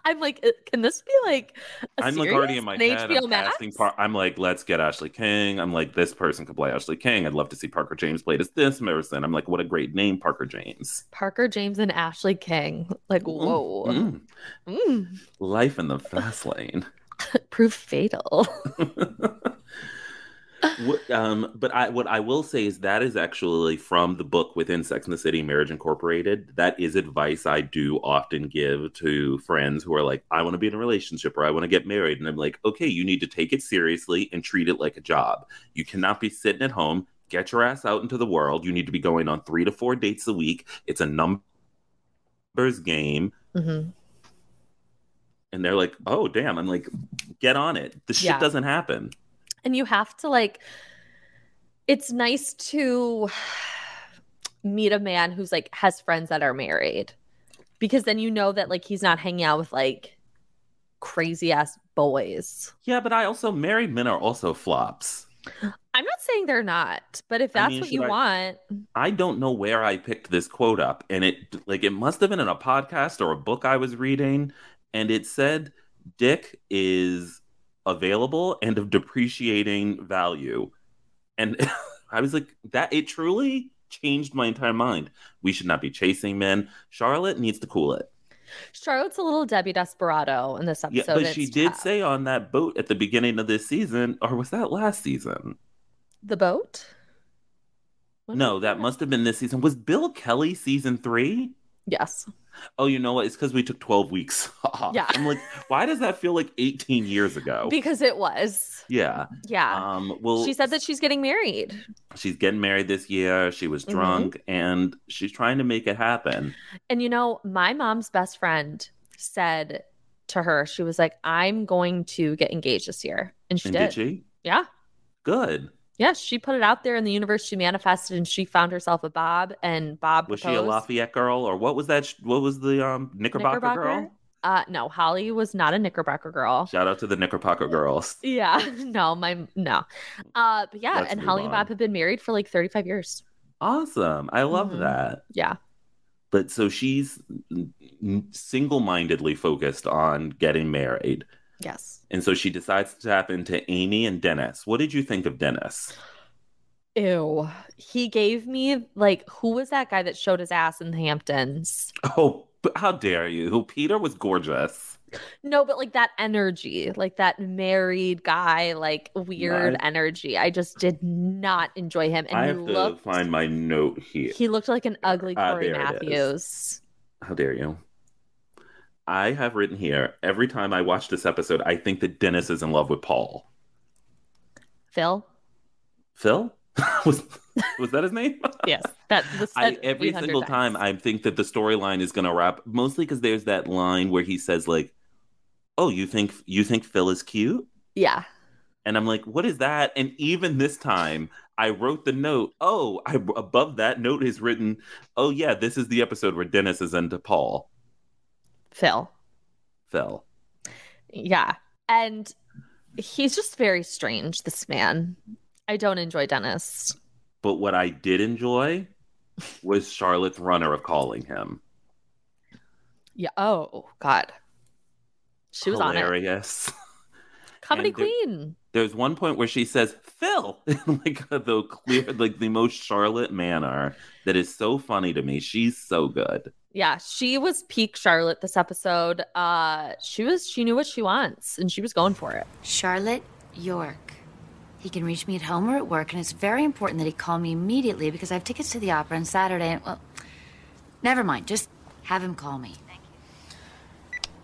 Speaker 1: I'm like, uh, can this be like? a
Speaker 2: I'm like
Speaker 1: series
Speaker 2: already in my
Speaker 1: on
Speaker 2: head.
Speaker 1: HBO
Speaker 2: I'm,
Speaker 1: Max?
Speaker 2: casting Par- I'm like, let's get Ashley King. I'm like, this person could play Ashley King. I'd love to see Parker James played as this person. I'm like, what a great name, Parker James.
Speaker 1: Parker James and Ashley King. Like, whoa.
Speaker 2: Mm.
Speaker 1: Mm.
Speaker 2: Life in the fast lane.
Speaker 1: Proof fatal.
Speaker 2: What, um, but I, what I will say is that is actually from the book within Sex and the City, Marriage Incorporated. That is advice I do often give to friends who are like, I want to be in a relationship or I want to get married. And I'm like, okay, you need to take it seriously and treat it like a job. You cannot be sitting at home. Get your ass out into the world. You need to be going on three to four dates a week. It's a numbers game.
Speaker 1: Mhm.
Speaker 2: And they're like, oh, damn. I'm like, get on it. This shit
Speaker 1: Yeah.
Speaker 2: doesn't happen.
Speaker 1: and you have to like it's nice to meet a man who's like has friends that are married because then you know that like he's not hanging out with like crazy ass boys
Speaker 2: Yeah, but I also, married men are also flops.
Speaker 1: i'm not saying they're not but if
Speaker 2: I
Speaker 1: that's
Speaker 2: mean,
Speaker 1: what
Speaker 2: should
Speaker 1: you
Speaker 2: I-
Speaker 1: want
Speaker 2: I don't know where I picked this quote up, and it like it must have been in a podcast or a book I was reading, and it said dick is available and of depreciating value. And I was like, that it truly changed my entire mind. We should not be chasing men. Charlotte needs to cool it.
Speaker 1: charlotte's a little debbie desperado in this
Speaker 2: Yeah,
Speaker 1: episode
Speaker 2: but
Speaker 1: and
Speaker 2: she
Speaker 1: it's
Speaker 2: did
Speaker 1: tough.
Speaker 2: say on that boat at the beginning of this season, or was that last season?
Speaker 1: the boat What
Speaker 2: No,
Speaker 1: is
Speaker 2: that must have been this season. Was Bill Kelly season three?
Speaker 1: yes
Speaker 2: oh, you know what? It's because we took 12 weeks off.
Speaker 1: Yeah.
Speaker 2: I'm like, why does that feel like 18 years ago?
Speaker 1: because it was
Speaker 2: yeah.
Speaker 1: yeah
Speaker 2: Um, Oh. well,
Speaker 1: she said that she's getting married
Speaker 2: she's getting married this year. She was
Speaker 1: Mhm.
Speaker 2: drunk and she's trying to make it happen.
Speaker 1: And you know, my mom's best friend said to her, she was like, I'm going to get engaged this year. And she
Speaker 2: And
Speaker 1: did.
Speaker 2: did she?
Speaker 1: Yeah.
Speaker 2: Good.
Speaker 1: Yeah. She put it out there in the universe. She manifested and she found herself a Bob. And Bob
Speaker 2: Was she a
Speaker 1: proposed.
Speaker 2: Lafayette girl or what was that? sh- What was the um, Knickerbocker,
Speaker 1: Knickerbocker?
Speaker 2: girl?
Speaker 1: Uh, no, Holly was not a Knickerbocker girl.
Speaker 2: Shout out to the Knickerbocker girls.
Speaker 1: yeah. No, my, no. Uh, but yeah.
Speaker 2: Let's
Speaker 1: and
Speaker 2: move
Speaker 1: Holly and
Speaker 2: on.
Speaker 1: Bob have been married for like 35 years.
Speaker 2: Awesome. I love
Speaker 1: Mhm.
Speaker 2: that.
Speaker 1: Yeah.
Speaker 2: But so she's single mindedly focused on getting married.
Speaker 1: Yes.
Speaker 2: And so she decides to tap into Amy and Dennis. What did you think of Dennis?
Speaker 1: Ew. He gave me, like, who was that guy that showed his ass in the Hamptons?
Speaker 2: Oh, but how dare you? Peter was gorgeous.
Speaker 1: No, but like that energy, like that married guy, like weird
Speaker 2: I-
Speaker 1: energy. I just did not enjoy him. And
Speaker 2: I
Speaker 1: he
Speaker 2: have
Speaker 1: looked
Speaker 2: to find my note here.
Speaker 1: he looked like an ugly
Speaker 2: Ah,
Speaker 1: Corey
Speaker 2: there it is.
Speaker 1: Matthews.
Speaker 2: How dare you? I have written here every time I watch this episode, I think that Dennis is in love with Paul.
Speaker 1: Phil?
Speaker 2: Phil? was, was that his name?
Speaker 1: Yes. That was
Speaker 2: I,
Speaker 1: said
Speaker 2: every
Speaker 1: 800
Speaker 2: single
Speaker 1: times.
Speaker 2: time I think that the storyline is going to wrap mostly because there's that line where he says like, "Oh, you think you think Phil is cute?"
Speaker 1: Yeah.
Speaker 2: And I'm like, what is that? And even this time, I wrote the note. Oh, I above that note is written, oh yeah, this is the episode where Dennis is into Paul.
Speaker 1: Phil.
Speaker 2: Phil.
Speaker 1: Yeah. And he's just very strange, this man. I don't enjoy Dennis.
Speaker 2: But what I did enjoy was Charlotte's runner of calling him.
Speaker 1: Yeah. Oh God. She was on it.
Speaker 2: Hilarious.
Speaker 1: Comedy
Speaker 2: And there-
Speaker 1: Queen.
Speaker 2: There's one point where she says, Phil, in like the clear, like the most Charlotte manner that is so funny to me. She's so good.
Speaker 1: Yeah, she was peak Charlotte this episode. Uh she was she knew what she wants and she was going for it.
Speaker 6: Charlotte York. He can reach me at home or at work, and it's very important that he call me immediately because I have tickets to the opera on Saturday. And well, never mind. Just have him call me.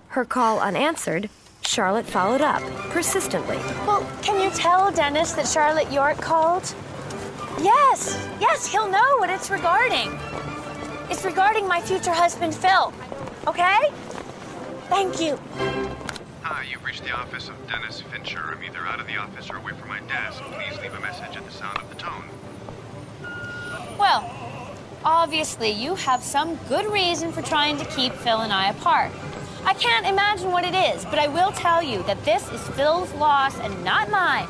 Speaker 3: Her call unanswered, Charlotte followed up, persistently.
Speaker 7: Well, can you tell Dennis that Charlotte York called? Yes, yes, he'll know what it's regarding. It's regarding my future husband, Phil. Okay? Thank you.
Speaker 8: Hi, Uh, you've reached the office of Dennis Fincher. I'm either out of the office or away from my desk. Please leave a message at the sound of the tone.
Speaker 7: Well, obviously, you have some good reason for trying to keep Phil and I apart. I can't imagine what it is, but I will tell you that this is Phil's loss and not mine.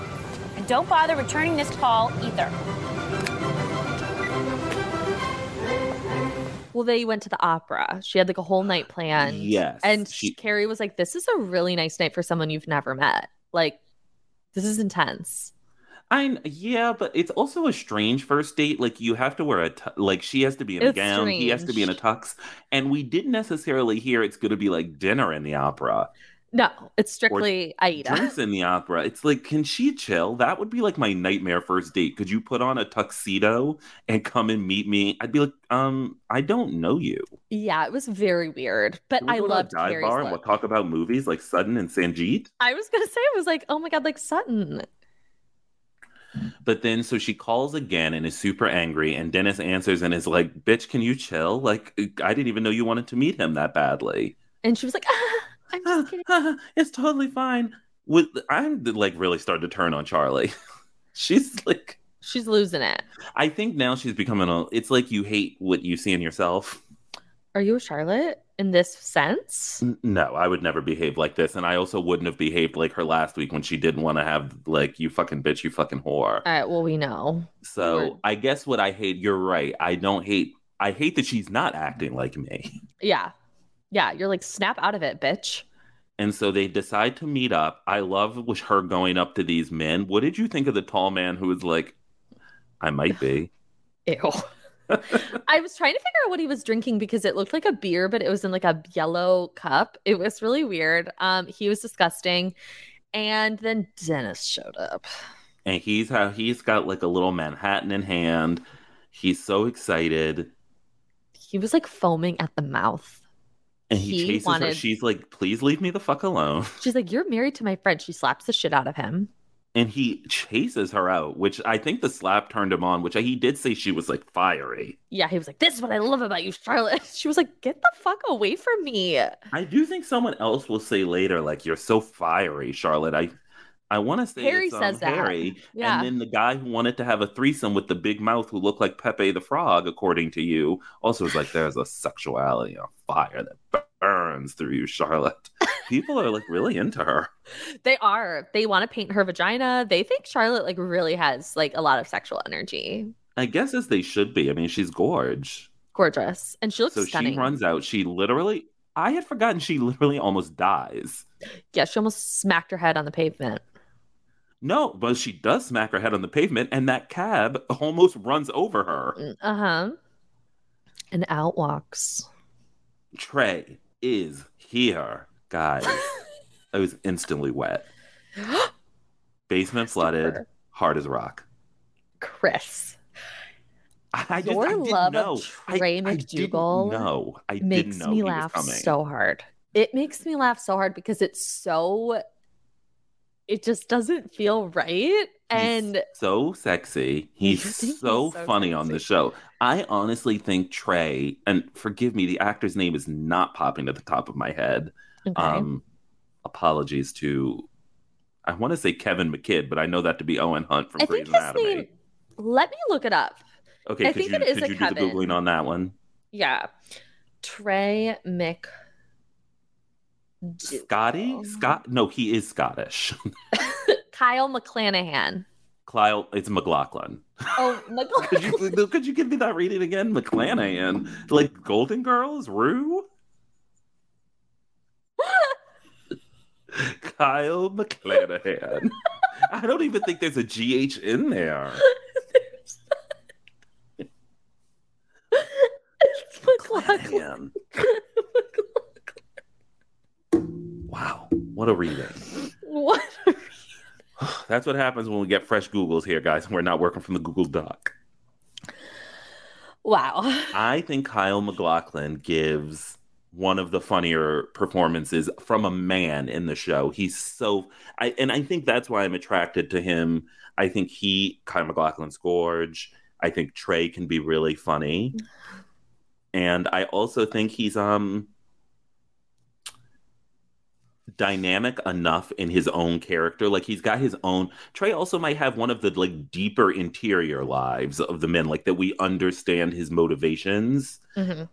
Speaker 7: And don't bother returning this call either.
Speaker 1: Well, they went to the opera. She had like a whole night planned.
Speaker 2: Yes,
Speaker 1: And
Speaker 2: she-
Speaker 1: Carrie was like, This is a really nice night for someone you've never met. Like, this is intense.
Speaker 2: I yeah, but it's also a strange first date. Like you have to wear a tu- like she has to be in a
Speaker 1: It's
Speaker 2: gown, he has to be in a tux, and we didn't necessarily hear it's going to be like dinner in the opera.
Speaker 1: No, it's strictly Aida.
Speaker 2: Drinks in the opera. It's like, can she chill? That would be like my nightmare first date. Could you put on a tuxedo and come and meet me? I'd be like, um, I don't know you.
Speaker 1: Yeah, it was very weird, but
Speaker 2: Can we
Speaker 1: I
Speaker 2: go to a
Speaker 1: loved
Speaker 2: dive
Speaker 1: Carrie's
Speaker 2: bar and
Speaker 1: look.
Speaker 2: we'll talk about movies like Sudden and Sanjeet.
Speaker 1: I was gonna say, I was like, oh my god, like Sutton.
Speaker 2: But then, so she calls again and is super angry. And Dennis answers and is like, "Bitch, can you chill? Like, uh, I didn't even know you wanted to meet him that badly."
Speaker 1: And she was like, ah, I'm just kidding.
Speaker 2: it's totally fine. With I'm like really starting to turn on Charlie. She's like,
Speaker 1: She's losing it.
Speaker 2: I think now she's becoming a. It's like you hate what you see in yourself.
Speaker 1: Are you a Charlotte in this sense?
Speaker 2: N- No, I would never behave like this, and I also wouldn't have behaved like her last week when she didn't want to have like you fucking bitch, you fucking whore.
Speaker 1: All right, well, we know.
Speaker 2: So
Speaker 1: Right.
Speaker 2: I guess what I hate, you're right. I don't hate. I hate that she's not acting like me.
Speaker 1: Yeah. Yeah. You're like, snap out of it, bitch.
Speaker 2: And so they decide to meet up. I love was her going up to these men. What did you think of the tall man who was like, "I might be."
Speaker 1: Ew. I was trying to figure out what he was drinking because it looked like a beer, but it was in like a yellow cup. It was really weird. Um, he was disgusting. And then Dennis showed up.
Speaker 2: And he's how he's got like a little Manhattan in hand. He's so excited,
Speaker 1: He was like foaming at the mouth.
Speaker 2: and he,
Speaker 1: He
Speaker 2: chases her.
Speaker 1: wanted-
Speaker 2: She's like, "Please leave me the fuck alone."
Speaker 1: She's like, You're married to my friend. She slaps the shit out of him.
Speaker 2: And he chases her out, which I think the slap turned him on. Which he did say she was like fiery.
Speaker 1: Yeah, he was like, This is what I love about you, Charlotte. She was like, Get the fuck away from me.
Speaker 2: I do think someone else will say later, like, "You're so fiery, Charlotte." I, I want to say
Speaker 1: Harry
Speaker 2: it's, um,
Speaker 1: says that.
Speaker 2: Harry,
Speaker 1: Yeah.
Speaker 2: and then the guy who wanted to have a threesome with the big mouth who looked like Pepe the Frog, according to you, also is like, "There's a sexuality on fire that burns through you, Charlotte." People are like really into her.
Speaker 1: They are. They want to paint her vagina. They think Charlotte like really has like a lot of sexual energy.
Speaker 2: I guess as they should be. I mean, she's gorge.
Speaker 1: Gorgeous. And she looks
Speaker 2: so
Speaker 1: stunning.
Speaker 2: she runs out. She literally, I had forgotten she literally almost dies.
Speaker 1: yeah, she almost smacked her head on the pavement.
Speaker 2: No, but she does smack her head on the pavement, and that cab almost runs over her.
Speaker 1: Uh-huh. And out walks.
Speaker 2: Trey is here, guys. I was instantly wet. Basement flooded,
Speaker 1: Christopher.
Speaker 2: hard as a rock.
Speaker 1: Chris.
Speaker 2: I just,
Speaker 1: Your
Speaker 2: I didn't
Speaker 1: love of
Speaker 2: know.
Speaker 1: Trey
Speaker 2: I, I didn't
Speaker 1: McDougall
Speaker 2: know. I
Speaker 1: makes
Speaker 2: didn't know
Speaker 1: me
Speaker 2: he was
Speaker 1: laugh
Speaker 2: coming.
Speaker 1: so hard. It makes me laugh so hard because it's so it just doesn't feel right.
Speaker 2: He's
Speaker 1: And
Speaker 2: so sexy.
Speaker 1: You
Speaker 2: He's
Speaker 1: think he's
Speaker 2: so
Speaker 1: so
Speaker 2: funny on
Speaker 1: sexy?
Speaker 2: the show. I honestly think Trey, and forgive me, the actor's name is not popping to the top of my head.
Speaker 1: okay.
Speaker 2: Um, apologies to, I want to say Kevin McKidd, but I know that to be Owen Hunt from
Speaker 1: I
Speaker 2: Grey's
Speaker 1: think his
Speaker 2: Anatomy.
Speaker 1: name let me look it up.
Speaker 2: okay,
Speaker 1: I
Speaker 2: could
Speaker 1: think
Speaker 2: you,
Speaker 1: it is
Speaker 2: could
Speaker 1: a
Speaker 2: you do
Speaker 1: Kevin.
Speaker 2: the googling on that one?
Speaker 1: Yeah. Trey Mick
Speaker 2: Scotty, Scott? No, he is Scottish.
Speaker 1: Kyle McClanahan.
Speaker 2: Kyle, it's McLaughlin.
Speaker 1: Oh,
Speaker 2: Could you,
Speaker 1: McLaughlin.
Speaker 2: could you give me that reading again? McClanahan, like Golden Girls, Rue. Kyle McClanahan. I don't even think there's a GH in there.
Speaker 1: It's McLaughlin.
Speaker 2: Man. Wow. What a reading.
Speaker 1: What?
Speaker 2: That's what happens when we get fresh Googles here, guys. and We're not working from the Google Doc.
Speaker 1: Wow.
Speaker 2: I think Kyle McLaughlin gives one of the funnier performances from a man in the show. He's so I and I think that's why I'm attracted to him. I think he Kyle McLaughlin's gorge. I think Trey can be really funny. And I also think he's um dynamic enough in his own character. Like he's got his own Trey also might have one of the like deeper interior lives of the men, like that we understand his motivations.
Speaker 1: Mhm.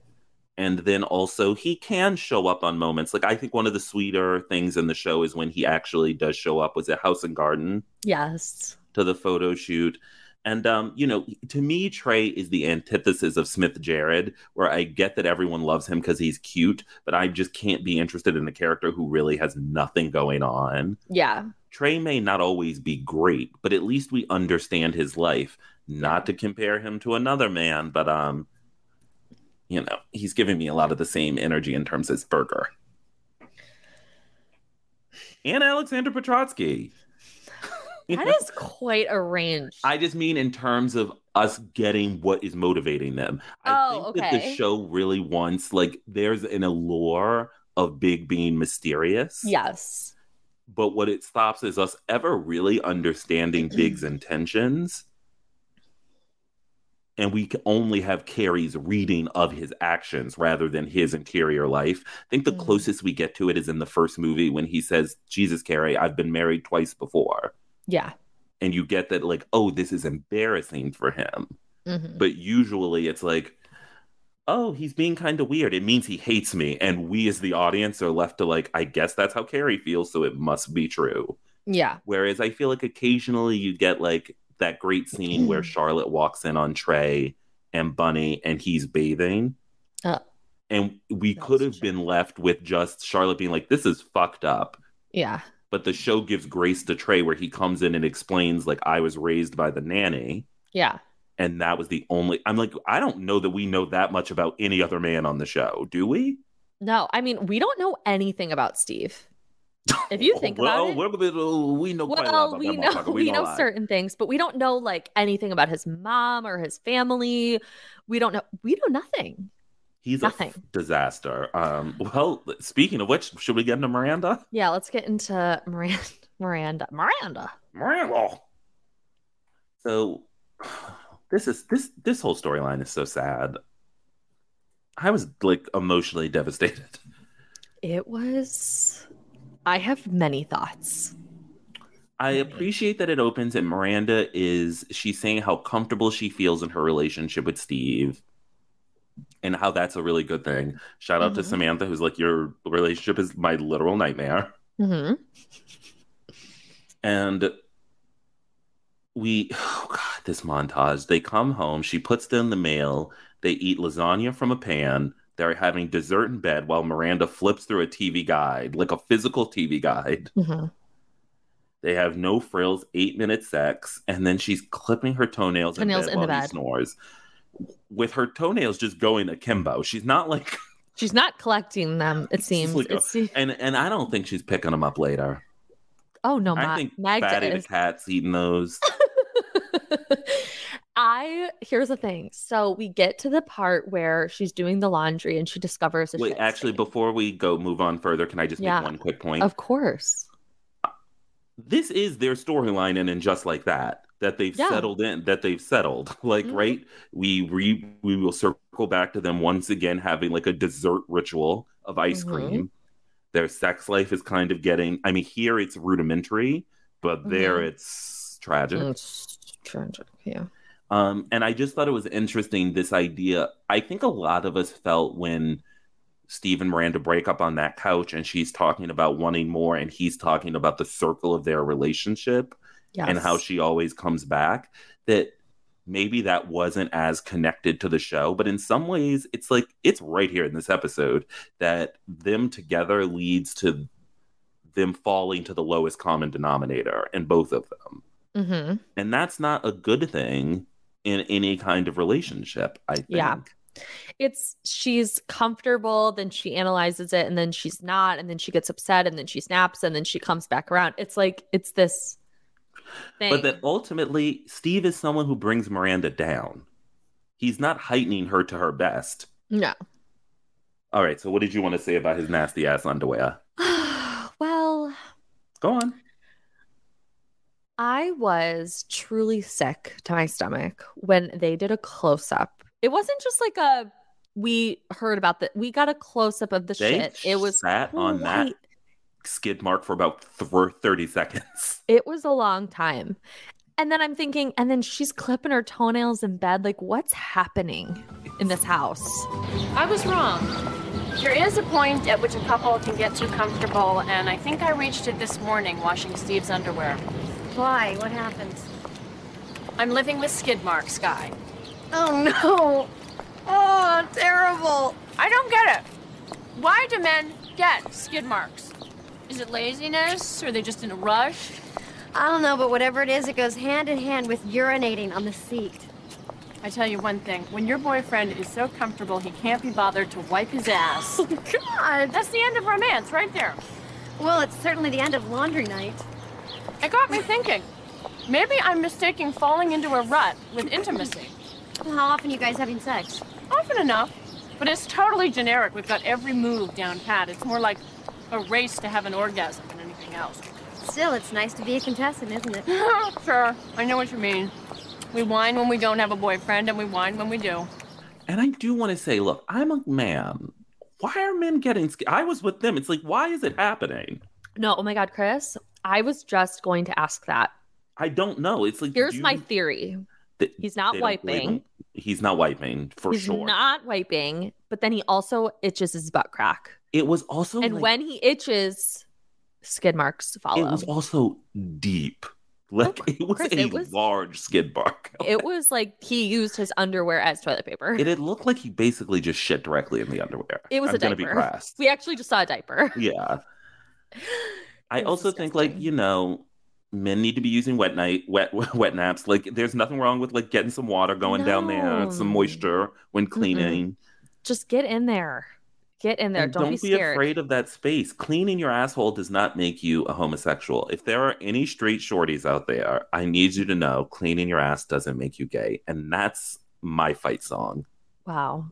Speaker 2: And then also he can show up on moments. Like I think one of the sweeter things in the show is when he actually does show up was at House and Garden
Speaker 1: Yes.
Speaker 2: to the photo shoot. And um, you know, to me, Trey is the antithesis of Smith Jared, where I get that everyone loves him because he's cute, but I just can't be interested in a character who really has nothing going on.
Speaker 1: Yeah.
Speaker 2: Trey may not always be great, but at least we understand his life. Not to compare him to another man, but um, you know, he's giving me a lot of the same energy in terms as Burger. and Alexander Petrotsky. You
Speaker 1: That
Speaker 2: know?
Speaker 1: is quite a range.
Speaker 2: I just mean in terms of us getting what is motivating them. I
Speaker 1: Oh,
Speaker 2: think that the
Speaker 1: okay.
Speaker 2: show really wants like there's an allure of Big being mysterious.
Speaker 1: yes.
Speaker 2: But what it stops is us ever really understanding Big's intentions. And we can only have Carrie's reading of his actions rather than his interior life. I think the
Speaker 1: Mm.
Speaker 2: closest we get to it is in the first movie when he says, Jesus, Carrie, I've been married twice before
Speaker 1: Yeah.
Speaker 2: and you get that like oh this is embarrassing for him
Speaker 1: Mhm.
Speaker 2: but usually it's like oh he's being kind of weird it means he hates me and we as the audience are left to like i guess that's how carrie feels so it must be true
Speaker 1: Yeah.
Speaker 2: whereas i feel like occasionally you get like that great scene where charlotte walks in on trey and bunny and he's bathing
Speaker 1: Oh.
Speaker 2: and we
Speaker 1: That's
Speaker 2: could have
Speaker 1: true.
Speaker 2: been left with just charlotte being like this is fucked up
Speaker 1: Yeah.
Speaker 2: but the show gives grace to Trey where he comes in and explains like I was raised by the nanny
Speaker 1: Yeah.
Speaker 2: and that was the only I'm like I don't know that we know that much about any other man on the show, do we?
Speaker 1: No, I mean, we don't know anything about Steve. If you think
Speaker 2: well,
Speaker 1: about it.
Speaker 2: we're- we're- we know quite a lot
Speaker 1: Well,
Speaker 2: about
Speaker 1: we
Speaker 2: that
Speaker 1: know
Speaker 2: motherfucker.
Speaker 1: we
Speaker 2: know a
Speaker 1: know
Speaker 2: lot.
Speaker 1: certain things, but we don't know like anything about his mom or his family. We don't know we know nothing.
Speaker 2: He's a
Speaker 1: nothing.
Speaker 2: f- disaster. Um, well, speaking of which, should we get into Miranda?
Speaker 1: Yeah, let's get into Miranda Miranda. Miranda.
Speaker 2: Miranda. So this is this this whole storyline is so sad. I was like emotionally devastated.
Speaker 1: It was I have many thoughts.
Speaker 2: I appreciate that it opens and Miranda is she's saying how comfortable she feels in her relationship with Steve and how that's a really good thing. Shout out to
Speaker 1: Mhm.
Speaker 2: Samantha who's like your relationship is my literal nightmare.
Speaker 1: Mhm.
Speaker 2: And we oh god, this montage. They come home, she puts them in the mail, they eat lasagna from a pan. They're having dessert in bed while Miranda flips through a TV guide, like a physical TV guide.
Speaker 1: Mhm.
Speaker 2: They have no frills, eight minute sex, and then she's clipping her toenails,
Speaker 1: Toenails
Speaker 2: in bed
Speaker 1: in the
Speaker 2: while he
Speaker 1: bed.
Speaker 2: snores. With her toenails just going akimbo. She's not like
Speaker 1: She's not collecting them, it seems.
Speaker 2: like a-
Speaker 1: It se-
Speaker 2: and and I don't think she's picking them up later.
Speaker 1: oh no,
Speaker 2: I
Speaker 1: Ma-
Speaker 2: think Fatty
Speaker 1: Magda
Speaker 2: the
Speaker 1: is.
Speaker 2: cat's eating those.
Speaker 1: I here's the thing. So we get to the part where she's doing the laundry and she discovers a
Speaker 2: Wait,
Speaker 1: shit
Speaker 2: actually,
Speaker 1: stain.
Speaker 2: before we go move on further, can I just
Speaker 1: Yeah.
Speaker 2: make one quick point?
Speaker 1: of course.
Speaker 2: this is their storyline and in just like that that they've
Speaker 1: Yeah.
Speaker 2: settled in that they've settled like
Speaker 1: Mhm.
Speaker 2: right we re we will circle back to them once again having like a dessert ritual of ice
Speaker 1: Mhm.
Speaker 2: cream their sex life is kind of getting i mean here it's rudimentary but there
Speaker 1: Mhm.
Speaker 2: it's tragic
Speaker 1: Mm, It's tragic. Yeah.
Speaker 2: um, and I just thought it was interesting this idea. I think a lot of us felt when Steve and Miranda break up on that couch and she's talking about wanting more and he's talking about the circle of their relationship
Speaker 1: Yes.
Speaker 2: and how she always comes back that maybe that wasn't as connected to the show. But in some ways, it's like it's right here in this episode that them together leads to them falling to the lowest common denominator in both of them
Speaker 1: Mhm.
Speaker 2: and that's not a good thing in any kind of relationship i think
Speaker 1: Yeah. It's she's comfortable, then she analyzes it, and then she's not, and then she gets upset, and then she snaps, and then she comes back around. It's like it's this thing.
Speaker 2: but that ultimately steve is someone who brings miranda down he's not heightening her to her best
Speaker 1: no.
Speaker 2: all right so what did you want to say about his nasty ass underwear
Speaker 1: well,
Speaker 2: go on
Speaker 1: I was truly sick to my stomach when they did a close up. It wasn't just like a we heard about that. We got a close up of the
Speaker 2: They
Speaker 1: shit. It was
Speaker 2: sat on that.
Speaker 1: quite-
Speaker 2: skid mark for about th- 30 seconds
Speaker 1: It was a long time. And then I'm thinking, and then she's clipping her toenails in bed. Like, what's happening in this house?
Speaker 9: I was wrong. There is a point at which a couple can get too comfortable, and I think I reached it this morning washing Steve's underwear.
Speaker 3: Why? What happens?
Speaker 9: I'm living with skid marks, guy.
Speaker 3: Oh no! Oh, terrible!
Speaker 9: I don't get it. Why do men get skid marks? Is it laziness? Or are they just in a rush?
Speaker 3: I don't know, but whatever it is, it goes hand in hand with urinating on the seat.
Speaker 9: I tell you one thing when your boyfriend is so comfortable he can't be bothered to wipe his ass,
Speaker 3: God!
Speaker 9: that's the end of romance right there.
Speaker 10: Well, it's certainly the end of laundry night.
Speaker 9: It got me thinking. Maybe I'm mistaking falling into a rut with intimacy.
Speaker 10: Well, how often are you guys having sex?
Speaker 9: Often enough. But it's totally generic. We've got every move down pat. It's more like a race to have an orgasm than anything else.
Speaker 10: Still, it's nice to be a contestant, isn't it?
Speaker 9: sure, I know what you mean. We whine when we don't have a boyfriend, and we whine when we do.
Speaker 2: And I do want to say, look, I'm a man. Why are men getting scared? I was with them. It's like, why is it happening?
Speaker 1: No, oh my God, Chris, I was just going to ask that.
Speaker 2: I don't know. It's like
Speaker 1: Here's
Speaker 2: do-
Speaker 1: my theory
Speaker 2: th-
Speaker 1: he's not
Speaker 2: they don't believe
Speaker 1: wiping.
Speaker 2: him. He's not wiping for
Speaker 1: he's
Speaker 2: sure.
Speaker 1: not wiping, but then he also itches his butt crack.
Speaker 2: it was also
Speaker 1: and
Speaker 2: like-
Speaker 1: when he itches, skid marks follow.
Speaker 2: it was also deep. Like it was
Speaker 1: Chris,
Speaker 2: a
Speaker 1: it was-
Speaker 2: large skid mark.
Speaker 1: it was like he used his underwear as toilet paper.
Speaker 2: It had looked like he basically just shit directly in the underwear.
Speaker 1: It was
Speaker 2: I'm
Speaker 1: a
Speaker 2: gonna be
Speaker 1: diaper.
Speaker 2: crass.
Speaker 1: We actually just saw a diaper.
Speaker 2: Yeah. I
Speaker 1: It was
Speaker 2: also think like you know, men need to be using wet night wet wet naps. Like there's nothing wrong with like getting some water going down there, some
Speaker 1: No.
Speaker 2: moisture when cleaning.
Speaker 1: Just get in there. Get in there.
Speaker 2: And
Speaker 1: Don't,
Speaker 2: don't
Speaker 1: be
Speaker 2: be
Speaker 1: scared.
Speaker 2: afraid of that space. Cleaning your asshole does not make you a homosexual. If there are any straight shorties out there, I need you to know cleaning your ass doesn't make you gay. And that's my fight song.
Speaker 1: Wow.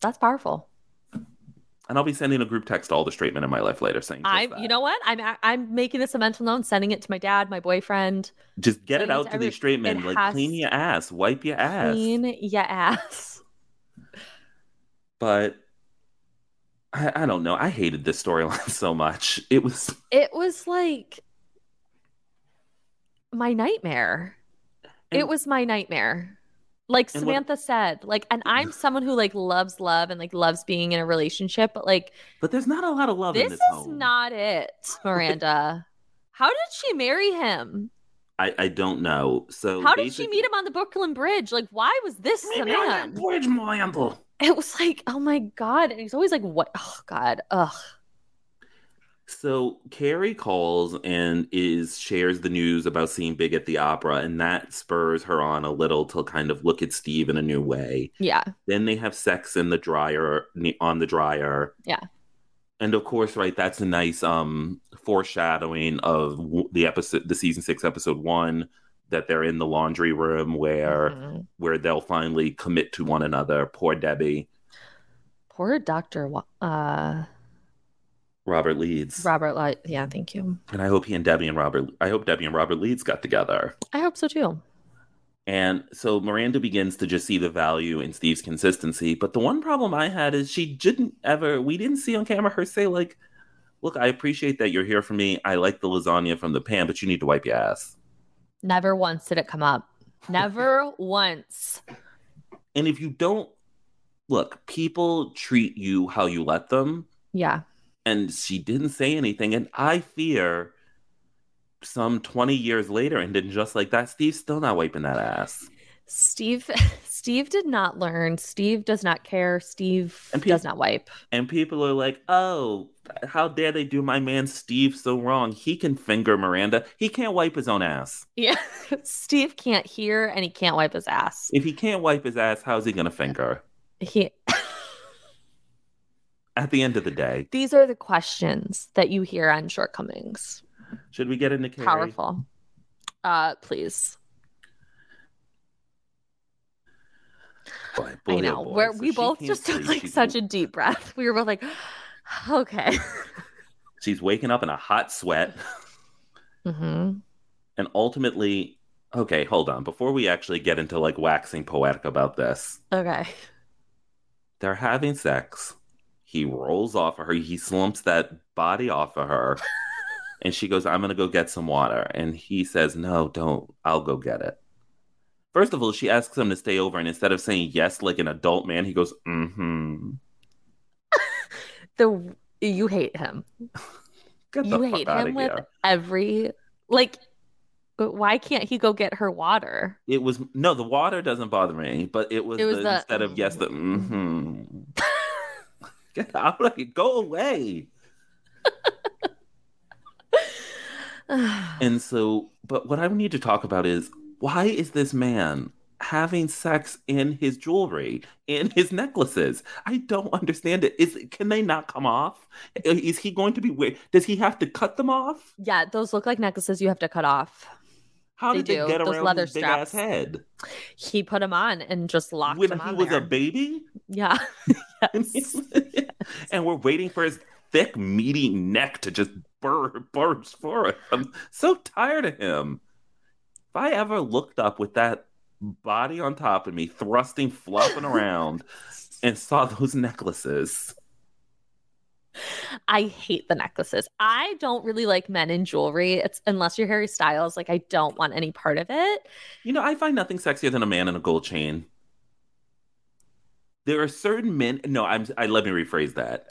Speaker 1: That's powerful.
Speaker 2: And I'll be sending a group text to all the straight men in my life later saying, just,
Speaker 1: I you know what? I'm a- I'm making this a mental note, and sending it to my dad, my boyfriend.
Speaker 2: just get it
Speaker 1: Sending it
Speaker 2: out
Speaker 1: to
Speaker 2: to these
Speaker 1: every-
Speaker 2: straight men.
Speaker 1: it
Speaker 2: Like,
Speaker 1: has
Speaker 2: clean your ass, wipe your ass.
Speaker 1: Clean your ass.
Speaker 2: But I, I don't know. I hated this storyline so much. It was,
Speaker 1: It was like my nightmare. it
Speaker 2: And-
Speaker 1: was my nightmare. Like
Speaker 2: And what-
Speaker 1: Samantha said, like, and I'm someone who like loves love and like loves being in a relationship, but like
Speaker 2: but there's not a lot of love in
Speaker 1: this
Speaker 2: this
Speaker 1: is
Speaker 2: home.
Speaker 1: not it, Miranda. How did she marry him?
Speaker 2: I, I don't know. So
Speaker 1: How did she
Speaker 2: basically-
Speaker 1: meet him on the Brooklyn Bridge? Like, why was this the
Speaker 2: Maybe I got
Speaker 1: man?
Speaker 2: Bridge Miranda.
Speaker 1: It was like, oh my god, and he's always like, what? Oh god, ugh.
Speaker 2: So Carrie calls and is shares the news about seeing Big at the opera, and that spurs her on a little to kind of look at Steve in a new way.
Speaker 1: Yeah,
Speaker 2: Then they have sex in the dryer ne- on the dryer,
Speaker 1: yeah.
Speaker 2: and of course, right, that's a nice um foreshadowing of w- the episode, the season six episode one, that they're in the laundry room where
Speaker 1: Mhm.
Speaker 2: where they'll finally commit to one another. Poor Debbie,
Speaker 1: Poor Doctor Wa- uh,
Speaker 2: Robert Leeds,
Speaker 1: Robert. Li- yeah, thank you.
Speaker 2: and I hope he and Debbie and Robert, I hope Debbie and Robert Leeds got together.
Speaker 1: I hope so too.
Speaker 2: And so Miranda begins to just see the value in Steve's consistency. But the one problem I had is she didn't ever, we didn't see on camera her say, like, look, I appreciate that you're here for me. I like the lasagna from the pan, but you need to wipe your ass.
Speaker 1: Never once did it come up. Never once.
Speaker 2: And if you don't, look, people treat you how you let them.
Speaker 1: Yeah.
Speaker 2: And she didn't say anything. And I fear some 20 years later, and then just like that, Steve's still not wiping that ass.
Speaker 1: Steve Steve did not learn. Steve does not care. Steve
Speaker 2: And
Speaker 1: does
Speaker 2: peop-
Speaker 1: not wipe.
Speaker 2: And people are like, oh, how dare they do my man Steve so wrong? He can finger Miranda. He can't wipe his own ass.
Speaker 1: Yeah. Steve can't hear and he can't wipe his ass.
Speaker 2: If he can't wipe his ass, how's he going to finger?
Speaker 1: He
Speaker 2: At the end of the day,
Speaker 1: these are the questions that you hear on shortcomings.
Speaker 2: should we get into Carrie?
Speaker 1: Powerful. Uh please.
Speaker 2: Boy, boy,
Speaker 1: I
Speaker 2: oh
Speaker 1: know.
Speaker 2: boy.
Speaker 1: Where
Speaker 2: So
Speaker 1: we
Speaker 2: she
Speaker 1: both
Speaker 2: can't
Speaker 1: just took
Speaker 2: sleep.
Speaker 1: like
Speaker 2: She's-
Speaker 1: such a deep breath. We were both like, okay.
Speaker 2: She's waking up in a hot sweat.
Speaker 1: hmm
Speaker 2: And ultimately, okay, hold on. Before we actually get into like waxing poetic about this,
Speaker 1: Okay.
Speaker 2: they're having sex. He rolls off of her. He slumps that body off of her. and she goes, I'm going to go get some water. And he says, No, don't. I'll go get it. First of all, she asks him to stay over. And instead of saying yes like an adult man, he goes, Mm hmm.
Speaker 1: The you hate him.
Speaker 2: Get the
Speaker 1: you
Speaker 2: fuck
Speaker 1: hate
Speaker 2: out
Speaker 1: him
Speaker 2: of
Speaker 1: with
Speaker 2: here.
Speaker 1: every like but why can't he go get her water?
Speaker 2: It was, no, the water doesn't bother me, but it was,
Speaker 1: It was
Speaker 2: the,
Speaker 1: the- mm-hmm.
Speaker 2: instead of yes, the mm hmm. get out of here. Go away. and so, but what I need to talk about is why is this man having sex in his jewelry, in his necklaces. I don't understand it. Is can they not come off? Is he going to be weird? Does he have to cut them off?
Speaker 1: Yeah, those look like necklaces you have to cut off.
Speaker 2: How
Speaker 1: They
Speaker 2: did they
Speaker 1: do.
Speaker 2: get
Speaker 1: Those
Speaker 2: around
Speaker 1: leather
Speaker 2: his big ass
Speaker 1: straps.
Speaker 2: head?
Speaker 1: He put them on and just locked
Speaker 2: when
Speaker 1: them
Speaker 2: he
Speaker 1: on
Speaker 2: was
Speaker 1: there.
Speaker 2: a baby?
Speaker 1: yeah.
Speaker 2: and we're waiting for his thick, meaty neck to just bur- burst forth. I'm so tired of him. If I ever looked up with that body on top of me, thrusting, flopping around, and saw those necklaces,
Speaker 1: I hate the necklaces. I don't really like men in jewelry. It's unless you're Harry Styles, like I don't want any part of it.
Speaker 2: you know, I find nothing sexier than a man in a gold chain. There are certain men. No, I'm. I let me rephrase that.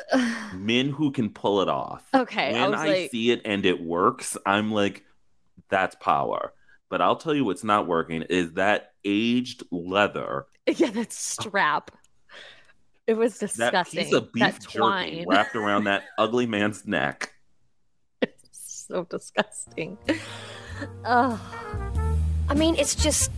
Speaker 2: men who can pull it off.
Speaker 1: Okay, I
Speaker 2: when
Speaker 1: was
Speaker 2: I
Speaker 1: like-
Speaker 2: see it and it works, I'm like, that's power. But I'll tell you what's not working is that aged leather,
Speaker 1: Yeah, that strap. It was disgusting.
Speaker 2: that piece of beef
Speaker 1: That
Speaker 2: jerky
Speaker 1: twine.
Speaker 2: wrapped around that ugly man's neck.
Speaker 1: so disgusting. Ugh.
Speaker 3: I mean, it's just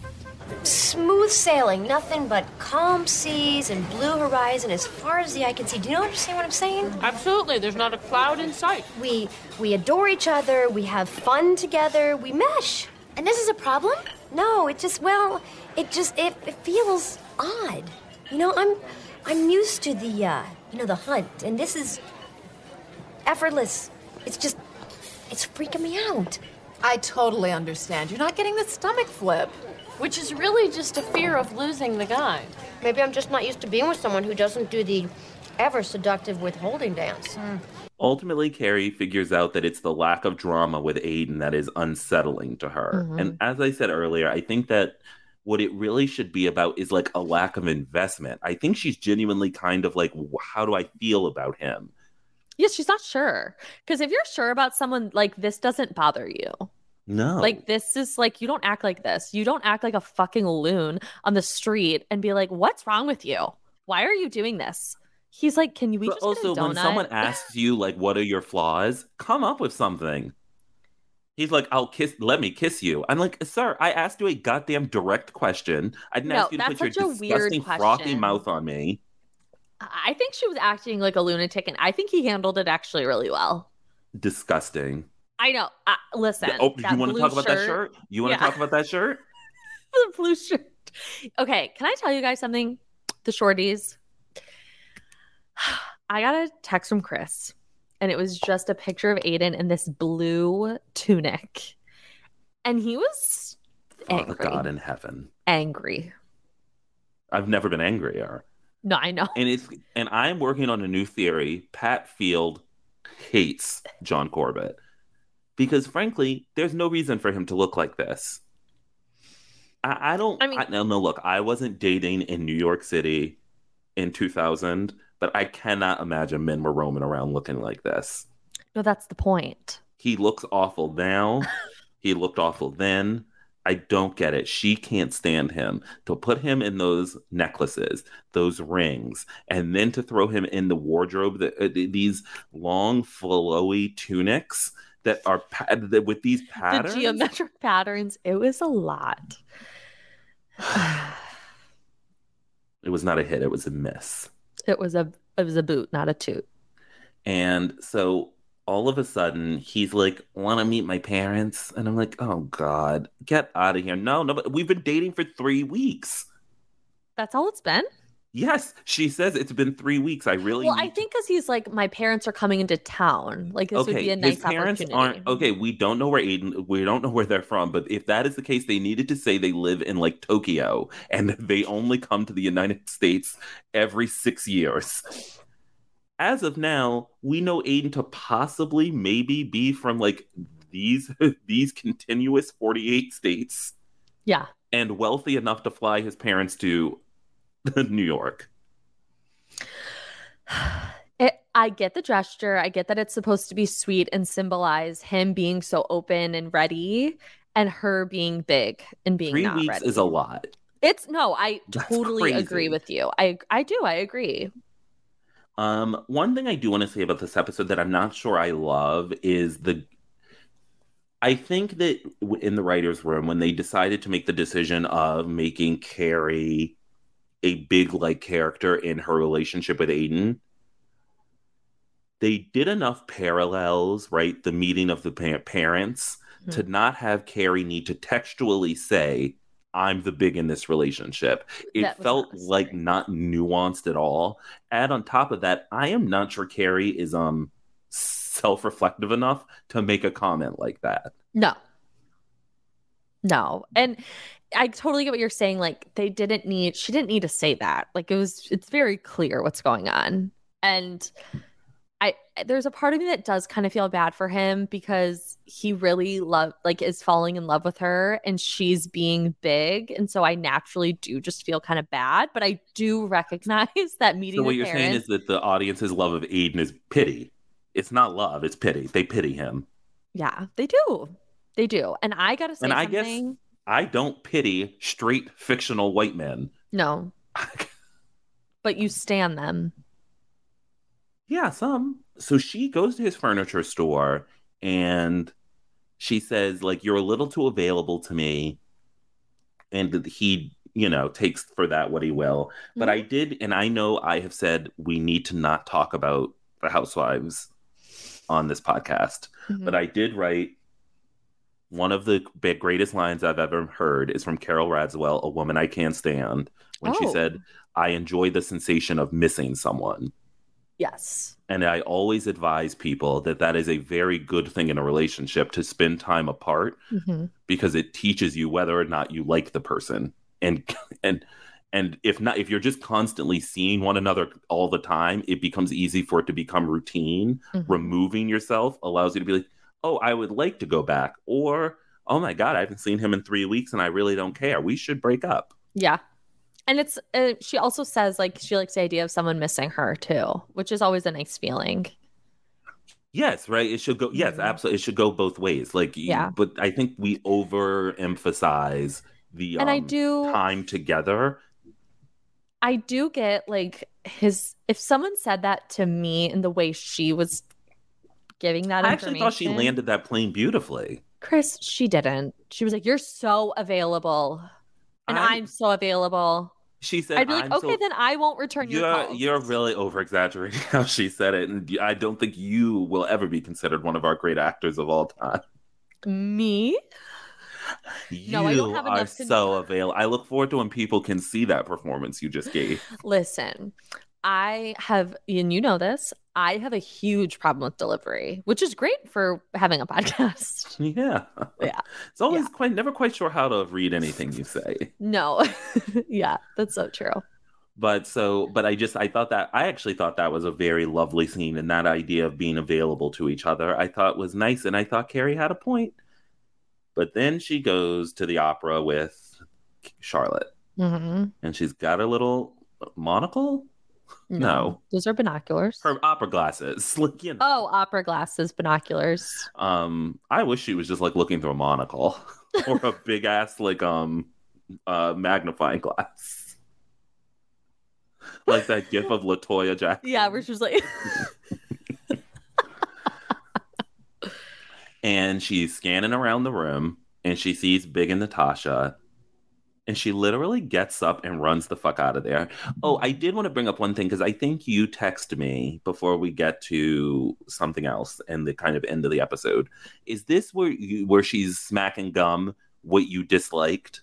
Speaker 3: smooth sailing, nothing but calm seas and blue horizon as far as the eye can see. Do you understand what I'm saying?
Speaker 11: Absolutely, there's not a cloud in sight.
Speaker 3: We we adore each other, we have fun together, we mesh. And this is a problem? No, it just well, it just it, it feels odd. You know, I'm I'm used to the uh, you know, the hunt, and this is effortless. It's just it's freaking me out.
Speaker 4: I totally understand. You're not getting the stomach flip.
Speaker 9: Which is really just a fear of losing the guy.
Speaker 11: Maybe I'm just not used to being with someone who doesn't do the ever seductive withholding dance.
Speaker 2: Ultimately, Carrie figures out that it's the lack of drama with Aiden that is unsettling to her.
Speaker 1: Mhm.
Speaker 2: And as I said earlier, I think that what it really should be about is like a lack of investment. I think she's genuinely kind of like, "W- how do I feel about him?
Speaker 1: Yeah, she's not sure. Because if you're sure about someone, like this doesn't bother you.
Speaker 2: Oh. No.
Speaker 1: Like this is like you don't act like this. You don't act like a fucking loon on the street and be like, "What's wrong with you? Why are you doing this?" He's like, "Can we
Speaker 2: but
Speaker 1: just
Speaker 2: also,
Speaker 1: get a donut?"
Speaker 2: when someone asks you, like, what are your flaws, come up with something. He's like, I'll kiss, let me kiss you. I'm like, sir, I asked you a goddamn direct question. I didn't
Speaker 1: No,
Speaker 2: ask you to
Speaker 1: that's
Speaker 2: put your
Speaker 1: such a weird
Speaker 2: disgusting, frothy
Speaker 1: question.
Speaker 2: mouth on me.
Speaker 1: I think she was acting like a lunatic, and I think he handled it actually really well.
Speaker 2: Disgusting.
Speaker 1: I know. I, listen.
Speaker 2: Yeah, oh,
Speaker 1: that
Speaker 2: you want to
Speaker 1: blue
Speaker 2: talk about that shirt? You want to
Speaker 1: Yeah.
Speaker 2: talk about that shirt?
Speaker 1: the blue shirt. Okay, can I tell you guys something? The shorties. I got a text from Chris, and it was just a picture of Aiden in this blue tunic, and he was
Speaker 2: Father
Speaker 1: Angry.
Speaker 2: God in heaven.
Speaker 1: angry.
Speaker 2: I've never been angrier.
Speaker 1: No, I know.
Speaker 2: And it's and I'm working on a new theory. Pat Field hates John Corbett. Because frankly, there's no reason for him to look like this. I, I don't I mean no no look, I wasn't dating in New York City in two thousand, but I cannot imagine men were roaming around looking like this.
Speaker 1: No, that's the point.
Speaker 2: He looks awful now. he looked awful then. I don't get it. She can't stand him. To put him in those necklaces, those rings, and then to throw him in the wardrobe, the, uh, th- these long, flowy tunics that are pa- that, with these patterns.
Speaker 1: The geometric patterns. It was a lot.
Speaker 2: it was not a hit, it was a miss.
Speaker 1: It was a it was a boot, not a toot.
Speaker 2: And so all of a sudden, he's like, "Want to meet my parents?" And I'm like, "Oh God, get out of here!" No, no, but we've been dating for three weeks.
Speaker 1: That's all it's been.
Speaker 2: Yes, she says it's been three weeks. I really
Speaker 1: Well, I think because he's like, my parents are coming into town. Like this would
Speaker 2: okay.
Speaker 1: be a
Speaker 2: his
Speaker 1: nice
Speaker 2: parents
Speaker 1: opportunity.
Speaker 2: aren't okay. We don't know where Aiden. We don't know where they're from. But if that is the case, they needed to say they live in like Tokyo and they only come to the United States every six years. As of now, we know Aiden to possibly maybe be from like these these continuous forty eight states
Speaker 1: Yeah.
Speaker 2: and wealthy enough to fly his parents to New York.
Speaker 1: It, I get the gesture. I get that it's supposed to be sweet and symbolize him being so open and ready and her being big and being
Speaker 2: Three
Speaker 1: not
Speaker 2: weeks
Speaker 1: ready.
Speaker 2: is a lot.
Speaker 1: it's no, I
Speaker 2: That's
Speaker 1: totally agree
Speaker 2: crazy.
Speaker 1: with you. I I do, I agree.
Speaker 2: Um, one thing I do want to say about this episode that I'm not sure I love is the I think that w- in the writer's room, when they decided to make the decision of making Carrie a big like character in her relationship with Aiden, they did enough parallels, right? The meeting of the pa- parents to
Speaker 1: Hmm.
Speaker 2: not have Carrie need to textually say, I'm the big in this relationship. It
Speaker 1: That was
Speaker 2: felt like not nuanced at all. And on top of that, I am not sure Carrie is um self reflective enough to make a comment like that.
Speaker 1: No. No. And I totally get what you're saying. Like they didn't need she didn't need to say that. Like it was it's very clear what's going on. And I there's a part of me that does kind of feel bad for him because he really love like is falling in love with her and she's being big. And so I naturally do just feel kind of bad. But I do recognize that meeting.
Speaker 2: So what
Speaker 1: the
Speaker 2: you're saying
Speaker 1: parents-
Speaker 2: is that the audience's love of Aiden is pity. It's not love, it's pity. They pity him.
Speaker 1: Yeah, they do. They do. And I gotta say
Speaker 2: and I
Speaker 1: something.
Speaker 2: guess I don't pity straight fictional white men.
Speaker 1: No. but you stand them.
Speaker 2: Yeah, some. So she goes to his furniture store and she says, like, you're a little too available to me. And he, you know, takes for that what he will. But I did, and I know I have said we need to not talk about the housewives on this podcast.
Speaker 1: Mhm.
Speaker 2: But I did write one of the big, greatest lines I've ever heard is from Carol Radswell, a woman I can't stand, when she
Speaker 1: Oh.
Speaker 2: said, I enjoy the sensation of missing someone.
Speaker 1: Yes.
Speaker 2: And I always advise people that that is a very good thing in a relationship to spend time apart
Speaker 1: Mhm.
Speaker 2: because it teaches you whether or not you like the person. And and and if not if you're just constantly seeing one another all the time, it becomes easy for it to become routine.
Speaker 1: Mhm.
Speaker 2: Removing yourself allows you to be like, "Oh, I would like to go back," or "Oh my god, I haven't seen him in 3 weeks and I really don't care. We should break up."
Speaker 1: Yeah. And it's uh, she also says like she likes the idea of someone missing her too, which is always a nice feeling.
Speaker 2: Yes, right. It should go. Yes, absolutely. It should go both ways. Like, you-
Speaker 1: Mm-hmm. Yeah.
Speaker 2: But I think we overemphasize the
Speaker 1: And I
Speaker 2: um,
Speaker 1: do-
Speaker 2: time together.
Speaker 1: I do get like his if someone said that to me in the way she was giving that
Speaker 2: I actually thought she
Speaker 1: information-
Speaker 2: landed that plane beautifully.
Speaker 1: Chris, she didn't. She was like, "You're so available." And I'm, so available.
Speaker 2: She said,
Speaker 1: I'd be like,
Speaker 2: "I'm
Speaker 1: "Okay,
Speaker 2: so-
Speaker 1: then I won't return your
Speaker 2: You're
Speaker 1: call."
Speaker 2: you're really over exaggerating how she said it, and I don't think you will ever be considered one of our great actors of all time.
Speaker 1: Me?
Speaker 2: You
Speaker 1: No, I don't have
Speaker 2: are
Speaker 1: enough to-
Speaker 2: so available. I look forward to when people can see that performance you just gave.
Speaker 1: Listen, I have, and you know this, I have a huge problem with delivery, which is great for having a podcast.
Speaker 2: Yeah,
Speaker 1: Yeah.
Speaker 2: It's always quite never quite sure how to read anything you say.
Speaker 1: No. yeah, that's so true.
Speaker 2: but so but i just i thought that i actually thought that was a very lovely scene and that idea of being available to each other i thought was nice and i thought carrie had a point but then she goes to the opera with charlotte
Speaker 1: Mm-hmm.
Speaker 2: and she's got her little monocle no,
Speaker 1: Those are binoculars.
Speaker 2: her opera glasses like, you know.
Speaker 1: Oh, opera glasses, binoculars.
Speaker 2: um i wish she was just like looking through a monocle or a big ass like um uh magnifying glass like that gif of latoya jackson
Speaker 1: Yeah, where she was like,
Speaker 2: and she's scanning around the room and she sees Big and Natasha and she literally gets up and runs the fuck out of there. Oh, I did want to bring up one thing because I think you text me before we get to something else and the kind of end of the episode. Is this where you, where she's smacking gum what you disliked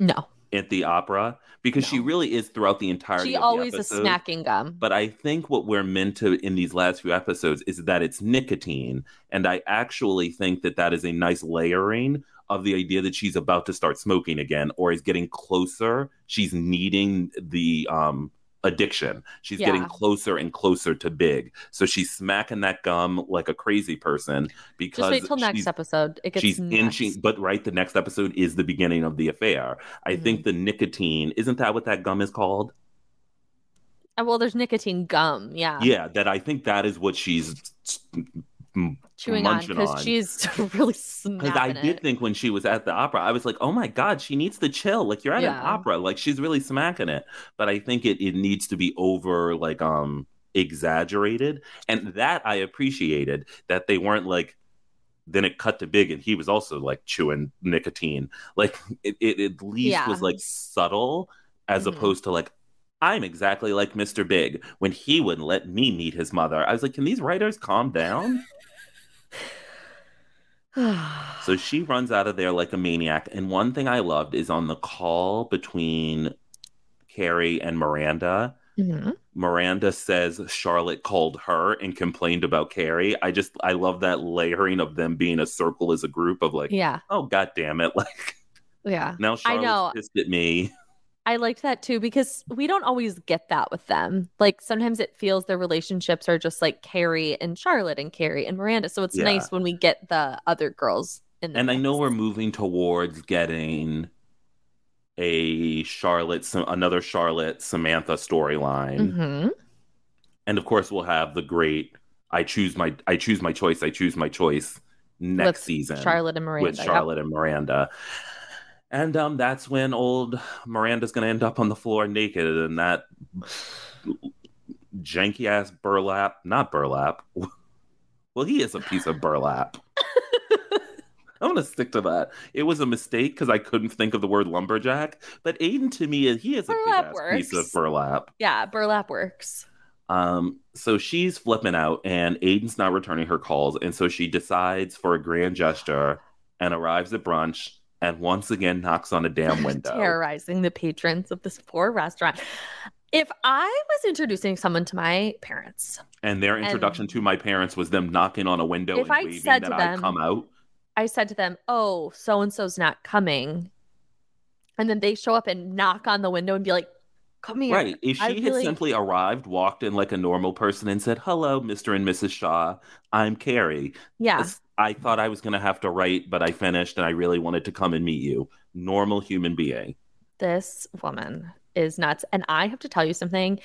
Speaker 1: no.
Speaker 2: at the opera? Because she really is throughout the entirety.
Speaker 1: She
Speaker 2: of the
Speaker 1: always is
Speaker 2: episode.
Speaker 1: snacking gum.
Speaker 2: But I think what we're meant to in these last few episodes is that it's nicotine. And I actually think that that is a nice layering of the idea that she's about to start smoking again or is getting closer. She's needing the um, addiction. She's getting
Speaker 1: Yeah.
Speaker 2: closer and closer to big. So she's smacking that gum like a crazy person because
Speaker 1: Just wait till next
Speaker 2: she's-
Speaker 1: episode. It gets
Speaker 2: she's
Speaker 1: nuts.
Speaker 2: inching but right the next episode is the beginning of the affair i
Speaker 1: Mm-hmm.
Speaker 2: think the nicotine isn't that what that gum is called
Speaker 1: Uh, Well, there's nicotine gum. Yeah.
Speaker 2: yeah that i think that is what she's m-
Speaker 1: Chewing on
Speaker 2: munching
Speaker 1: because she's really
Speaker 2: because i
Speaker 1: snapping
Speaker 2: did
Speaker 1: it.
Speaker 2: think when she was at the opera i was like oh my god she needs to chill like you're at
Speaker 1: Yeah.
Speaker 2: an opera like she's really smacking it but i think it, it needs to be over like um exaggerated and that i appreciated that they weren't like then it cut to big and he was also like chewing nicotine like it, it at least
Speaker 1: Yeah.
Speaker 2: was like subtle as
Speaker 1: Mhm.
Speaker 2: opposed to like i'm exactly like mr big when he wouldn't let me meet his mother i was like can these writers calm down so she runs out of there like a maniac and one thing i loved is on the call between carrie and miranda Miranda says Charlotte called her and complained about Carrie. I just I love that layering of them being a circle as a group of like,
Speaker 1: Yeah.
Speaker 2: oh god damn it, like
Speaker 1: Yeah.
Speaker 2: now
Speaker 1: I know. Mm-hmm.
Speaker 2: Charlotte's pissed at me.
Speaker 1: I liked that too because we don't always get that with them. Like sometimes it feels their relationships are just like Carrie and Charlotte and Carrie and Miranda. So it's
Speaker 2: Yeah.
Speaker 1: nice when we get the other girls in there.
Speaker 2: And I know we're moving towards getting a Charlotte, Sa- another Charlotte Samantha storyline,
Speaker 1: Mhm.
Speaker 2: and of course we'll have the great I choose my I choose my choice I choose my choice
Speaker 1: With
Speaker 2: next season
Speaker 1: Charlotte and Miranda,
Speaker 2: with
Speaker 1: yep.
Speaker 2: Charlotte and Miranda. And um, that's when old Miranda's going to end up on the floor naked in that janky ass burlap. Not burlap. Well, he is a piece of burlap. I'm going to stick to that. It was a mistake because I couldn't think of the word lumberjack. But Aiden, to me, he is a
Speaker 1: Burlap
Speaker 2: big-ass piece
Speaker 1: works.
Speaker 2: of burlap.
Speaker 1: Yeah, burlap works.
Speaker 2: Um, so she's flipping out, and Aiden's not returning her calls, and so she decides for a grand gesture and arrives at brunch and once again knocks on a damn window.
Speaker 1: Terrorizing the patrons of this poor restaurant. If I was introducing someone to my parents,
Speaker 2: and their
Speaker 1: And-
Speaker 2: introduction to my parents was them knocking on a window
Speaker 1: If
Speaker 2: and
Speaker 1: I'd
Speaker 2: waving
Speaker 1: said
Speaker 2: that
Speaker 1: to
Speaker 2: I
Speaker 1: them-
Speaker 2: come out.
Speaker 1: I said to them, "Oh, so and so's not coming," and then they show up and knock on the window and be like, "Come here."
Speaker 2: Right. If she
Speaker 1: I
Speaker 2: had
Speaker 1: really-
Speaker 2: simply arrived, walked in like a normal person, and said, Hello, Mr. and Mrs. Shaw, I'm Carrie.
Speaker 1: Yeah.
Speaker 2: This- I thought I was going to have to write, but I finished and I really wanted to come and meet you. Normal human being.
Speaker 1: this woman is nuts. And I have to tell you something.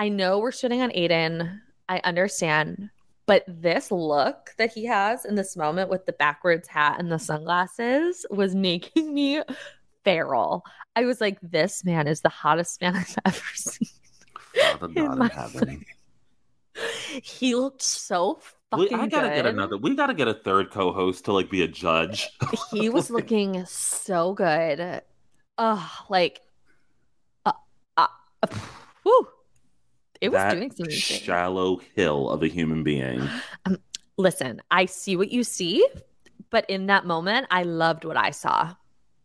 Speaker 1: I know we're shitting on Aiden. I understand. But this look that he has in this moment with the backwards hat and the sunglasses was making me feral. I was like, this man is the hottest man I've ever seen.
Speaker 2: Father
Speaker 1: In
Speaker 2: God in
Speaker 1: my
Speaker 2: heaven.
Speaker 1: He looked so
Speaker 2: We,
Speaker 1: fucking
Speaker 2: I gotta
Speaker 1: good.
Speaker 2: get another. We gotta get a third co-host to like be a judge.
Speaker 1: he was looking so good. Oh, like, uh, uh, whew. it was
Speaker 2: that
Speaker 1: doing some things.
Speaker 2: shallow hill of a human being.
Speaker 1: Listen, I see what you see, but in that moment, I loved what I saw.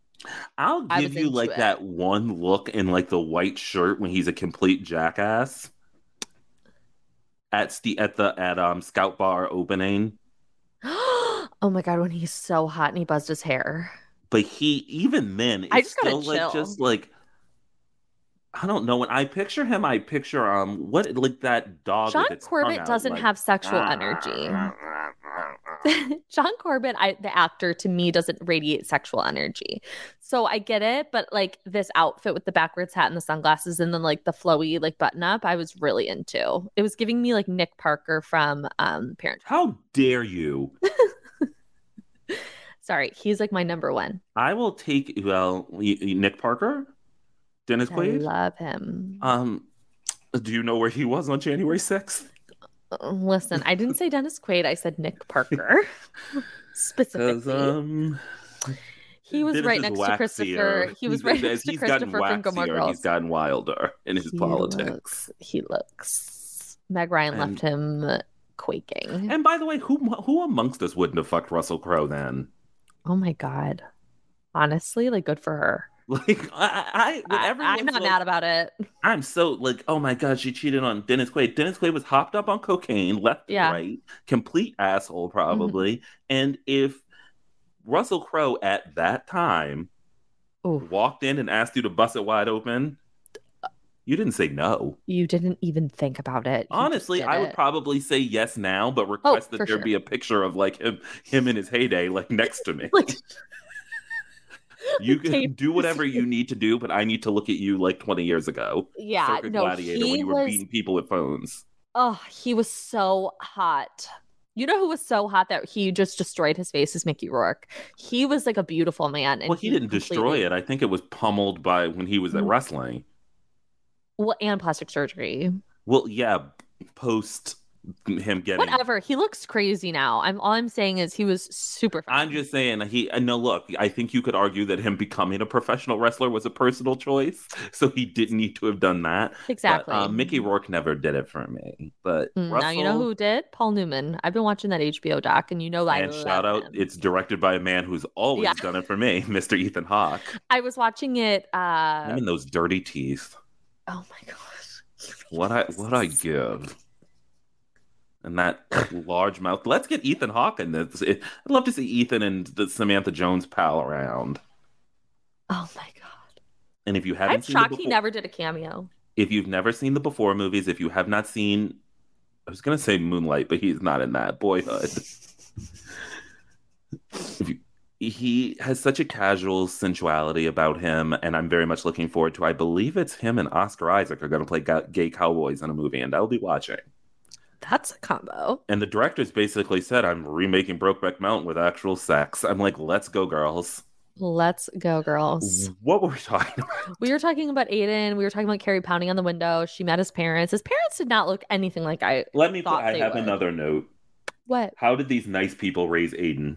Speaker 2: I'll
Speaker 1: I
Speaker 2: give
Speaker 1: was
Speaker 2: you
Speaker 1: into
Speaker 2: like
Speaker 1: it.
Speaker 2: that one look in like the white shirt when he's a complete jackass at the at the at um Scout Bar opening.
Speaker 1: Oh my god, when he's so hot and he buzzed his hair.
Speaker 2: But he even then is
Speaker 1: I just gotta
Speaker 2: still like
Speaker 1: chill.
Speaker 2: just like I don't know. When I picture him, I picture um what like that dog.
Speaker 1: Sean
Speaker 2: with its tongue
Speaker 1: Corbett
Speaker 2: out,
Speaker 1: doesn't
Speaker 2: like, ah.
Speaker 1: have sexual energy. John Corbett, I, the actor, to me doesn't radiate sexual energy. So I get it, but like this outfit with the backwards hat and the sunglasses and then like the flowy like button up, I was really into. It was giving me like Nick Parker from um Parent. Trap.
Speaker 2: How dare you?
Speaker 1: Sorry, he's like my number one.
Speaker 2: I will take well y- y- Nick Parker, Dennis
Speaker 1: I
Speaker 2: Quaid.
Speaker 1: love him.
Speaker 2: Um, do you know where he was on January sixth?
Speaker 1: Uh, Listen, I didn't say Dennis Quaid. I said Nick Parker specifically.
Speaker 2: um,
Speaker 1: he was
Speaker 2: Dennis
Speaker 1: right
Speaker 2: is
Speaker 1: next to
Speaker 2: waxier.
Speaker 1: Christopher. He was right
Speaker 2: as
Speaker 1: next to
Speaker 2: he's gotten
Speaker 1: Christopher from Gilmore
Speaker 2: waxier,
Speaker 1: Girls.
Speaker 2: He's gotten wilder in his
Speaker 1: He
Speaker 2: politics.
Speaker 1: looks- he looks. Meg Ryan left him quaking.
Speaker 2: And by the way, who who amongst us wouldn't have fucked Russell Crowe then?
Speaker 1: Oh my god. Honestly, like good for her.
Speaker 2: Like I, I, I
Speaker 1: I'm not mad about it.
Speaker 2: I'm so like, oh my god, she cheated on Dennis Quaid. Dennis Quaid was hopped up on cocaine, left
Speaker 1: Yeah. Mm-hmm.
Speaker 2: and right, complete asshole probably. And if Russell Crowe at that time walked in and asked you to bust it wide open, you didn't say no.
Speaker 1: You didn't even think about it. You just
Speaker 2: Honestly,
Speaker 1: did
Speaker 2: I would
Speaker 1: it. Oh,
Speaker 2: probably say yes now, but request
Speaker 1: for
Speaker 2: that there
Speaker 1: sure.
Speaker 2: be a picture of like him, him in his heyday, like next to me. you can
Speaker 1: Tape.
Speaker 2: do whatever you need to do, but I need to look at you like 20 years ago.
Speaker 1: Yeah,
Speaker 2: Circa
Speaker 1: no,
Speaker 2: Gladiator
Speaker 1: he
Speaker 2: when you were
Speaker 1: was-
Speaker 2: beating people at phones.
Speaker 1: Oh, he was so hot. You know who was so hot that he just destroyed his face is Mickey Rourke. He was like a beautiful man. And
Speaker 2: Well, he didn't destroy
Speaker 1: completely-
Speaker 2: it. I think it was pummeled by when he was at
Speaker 1: Mm.
Speaker 2: wrestling.
Speaker 1: Well, and plastic surgery.
Speaker 2: Well, yeah, post him getting.
Speaker 1: Whatever. He looks crazy now. I'm all I'm saying is he was super.
Speaker 2: I'm just saying he. No, look, I think you could argue that him becoming a professional wrestler was a personal choice, so he didn't need to have done that.
Speaker 1: Exactly.
Speaker 2: But, uh, Mickey Rourke never did it for me, but
Speaker 1: Mm,
Speaker 2: Russell,
Speaker 1: Now you know who did? Paul Newman. I've been watching that HBO doc, and you know that.
Speaker 2: And shout out, it's directed by a man who's always
Speaker 1: Yeah.
Speaker 2: done it for me, Mr. Ethan Hawke.
Speaker 1: I was watching it. Uh,
Speaker 2: Him and those dirty teeth.
Speaker 1: Oh
Speaker 2: my gosh. What I what I give. And that large mouth. Let's get Ethan Hawke in this. I'd love to see Ethan and the Samantha Jones pal around.
Speaker 1: Oh my god.
Speaker 2: And if you haven't
Speaker 1: I'm
Speaker 2: seen the
Speaker 1: shocked he
Speaker 2: Before-
Speaker 1: never did a cameo.
Speaker 2: if you've never seen the before movies, if you have not seen, I was gonna say Moonlight, but he's not in that. Boyhood. If you- he has such a casual sensuality about him, and I'm very much looking forward to. I believe it's him and Oscar Isaac are gonna play ga- gay cowboys in a movie, and I'll be watching.
Speaker 1: That's a combo.
Speaker 2: And the directors basically said, "I'm remaking Brokeback Mountain with actual sex." I'm like, "Let's go, girls."
Speaker 1: Let's go, girls.
Speaker 2: What were we talking about?
Speaker 1: We were talking about Aiden. We were talking about Carrie pounding on the window. She met his parents. His parents did not look anything like I
Speaker 2: Let me. Put,
Speaker 1: thought
Speaker 2: I
Speaker 1: they
Speaker 2: have
Speaker 1: would.
Speaker 2: another note.
Speaker 1: What?
Speaker 2: How did these nice people raise Aiden?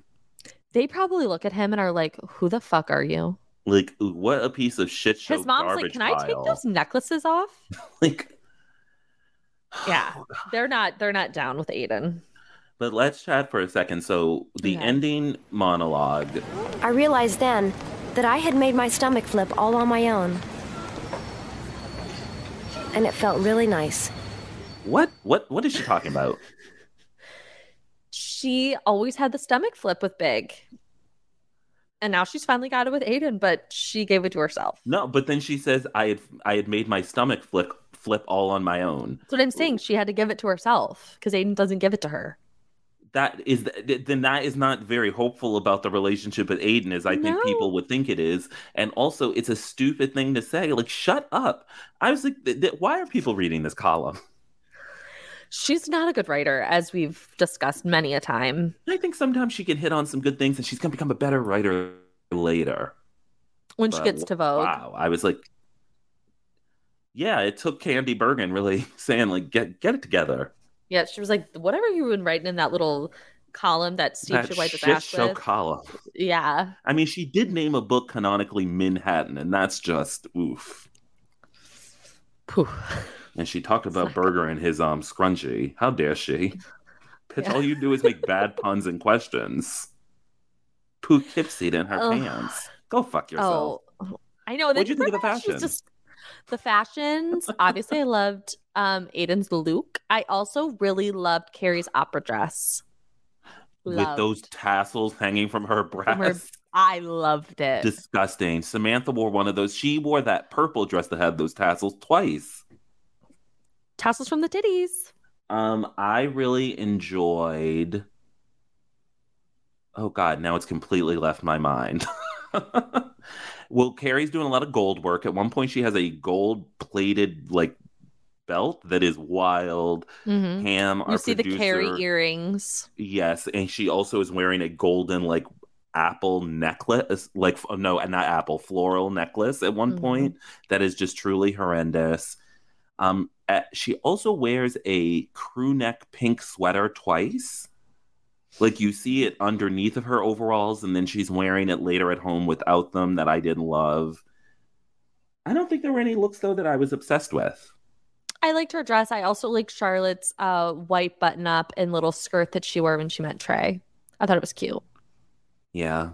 Speaker 1: They probably look at him and are like, "Who the fuck are you?"
Speaker 2: Like what a piece of shit show.
Speaker 1: His mom's like,
Speaker 2: garbage
Speaker 1: "Can I take
Speaker 2: pile."
Speaker 1: those necklaces off?"
Speaker 2: Like-
Speaker 1: yeah, they're not. They're not down with Aiden.
Speaker 2: But let's chat for a second. So the ending monologue.
Speaker 3: I realized then that I had made my stomach flip all on my own. And it felt really nice.
Speaker 2: What what what is she talking about?
Speaker 1: She always had the stomach flip with Big, and now she's finally got it with Aiden, but she gave it to herself.
Speaker 2: No, but then she says I had I had made my stomach flip flip all on my own.
Speaker 1: That's what I'm saying. She had to give it to herself because Aiden doesn't give it to her.
Speaker 2: That is th- then that is not very hopeful about the relationship with Aiden as I think people would think it is. And also it's a stupid thing to say. Like shut up. I was like th- th- why are people reading this column?
Speaker 1: She's not a good writer, as we've discussed many a time.
Speaker 2: I think sometimes she can hit on some good things and she's going to become a better writer later.
Speaker 1: When she
Speaker 2: But
Speaker 1: gets to Vogue.
Speaker 2: Wow. I was like, yeah, it took Candy Bergen really saying, like, get get it together.
Speaker 1: Yeah, she was like, whatever you've been writing in that little column that Steve
Speaker 2: that
Speaker 1: should wipe his
Speaker 2: shit
Speaker 1: ass
Speaker 2: show
Speaker 1: with.
Speaker 2: column.
Speaker 1: yeah.
Speaker 2: I mean, she did name a book canonically Manhattan, and that's just oof.
Speaker 1: Poof.
Speaker 2: And she talked about Berger and his um scrunchie. How dare she? Bitch, all you do is make bad puns and questions. Poughkeepsie in her
Speaker 1: Ugh.
Speaker 2: pants. Go fuck yourself.
Speaker 1: Oh, I know. And then
Speaker 2: What'd you think of the
Speaker 1: remember how she was
Speaker 2: fashion?
Speaker 1: Just, the fashions. Obviously, I loved um, Aiden's Luke. I also really loved Carrie's opera dress.
Speaker 2: with
Speaker 1: Loved
Speaker 2: those tassels hanging from her breast.
Speaker 1: from her- I loved it.
Speaker 2: Disgusting. Samantha wore one of those. She wore that purple dress that had those tassels twice.
Speaker 1: Tassels from the titties.
Speaker 2: Um, I really enjoyed. Oh God, now it's completely left my mind. well, Carrie's doing a lot of gold work. At one point, she has a gold-plated like belt that is wild.
Speaker 1: Mhm.
Speaker 2: Ham,
Speaker 1: You
Speaker 2: our
Speaker 1: see the Carrie
Speaker 2: producer-
Speaker 1: earrings.
Speaker 2: Yes, and she also is wearing a golden like apple necklace, like f- no, not apple, floral necklace at one
Speaker 1: Mhm.
Speaker 2: point that is just truly horrendous. Um, uh, she also wears a crew neck pink sweater twice. Like you see it underneath of her overalls, and then she's wearing it later at home without them. That I didn't love. I don't think there were any looks though that I was obsessed with.
Speaker 1: I liked her dress. I also liked Charlotte's uh, white button up and little skirt that she wore when she met Trey. I thought it was cute.
Speaker 2: Yeah.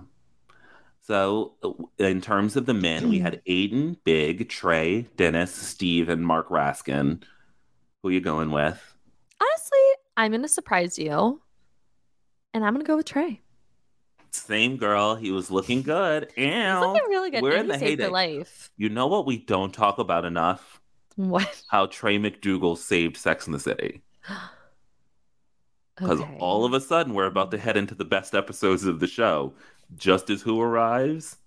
Speaker 2: So, uh, in terms of the men, we had Aiden, Big, Trey, Dennis, Steve, and Mark Raskin. Who you going with?
Speaker 1: Honestly, I'm going to surprise you. And I'm going to go with Trey.
Speaker 2: Same girl. He was looking good.
Speaker 1: He's
Speaker 2: And
Speaker 1: looking really good.
Speaker 2: We're
Speaker 1: and
Speaker 2: in
Speaker 1: he
Speaker 2: the
Speaker 1: saved
Speaker 2: heyday.
Speaker 1: your life.
Speaker 2: You know what we don't talk about enough?
Speaker 1: What?
Speaker 2: How Trey McDougal saved Sex in the City. Because
Speaker 1: Okay.
Speaker 2: all of a sudden, we're about to head into the best episodes of the show. Just as who arrives?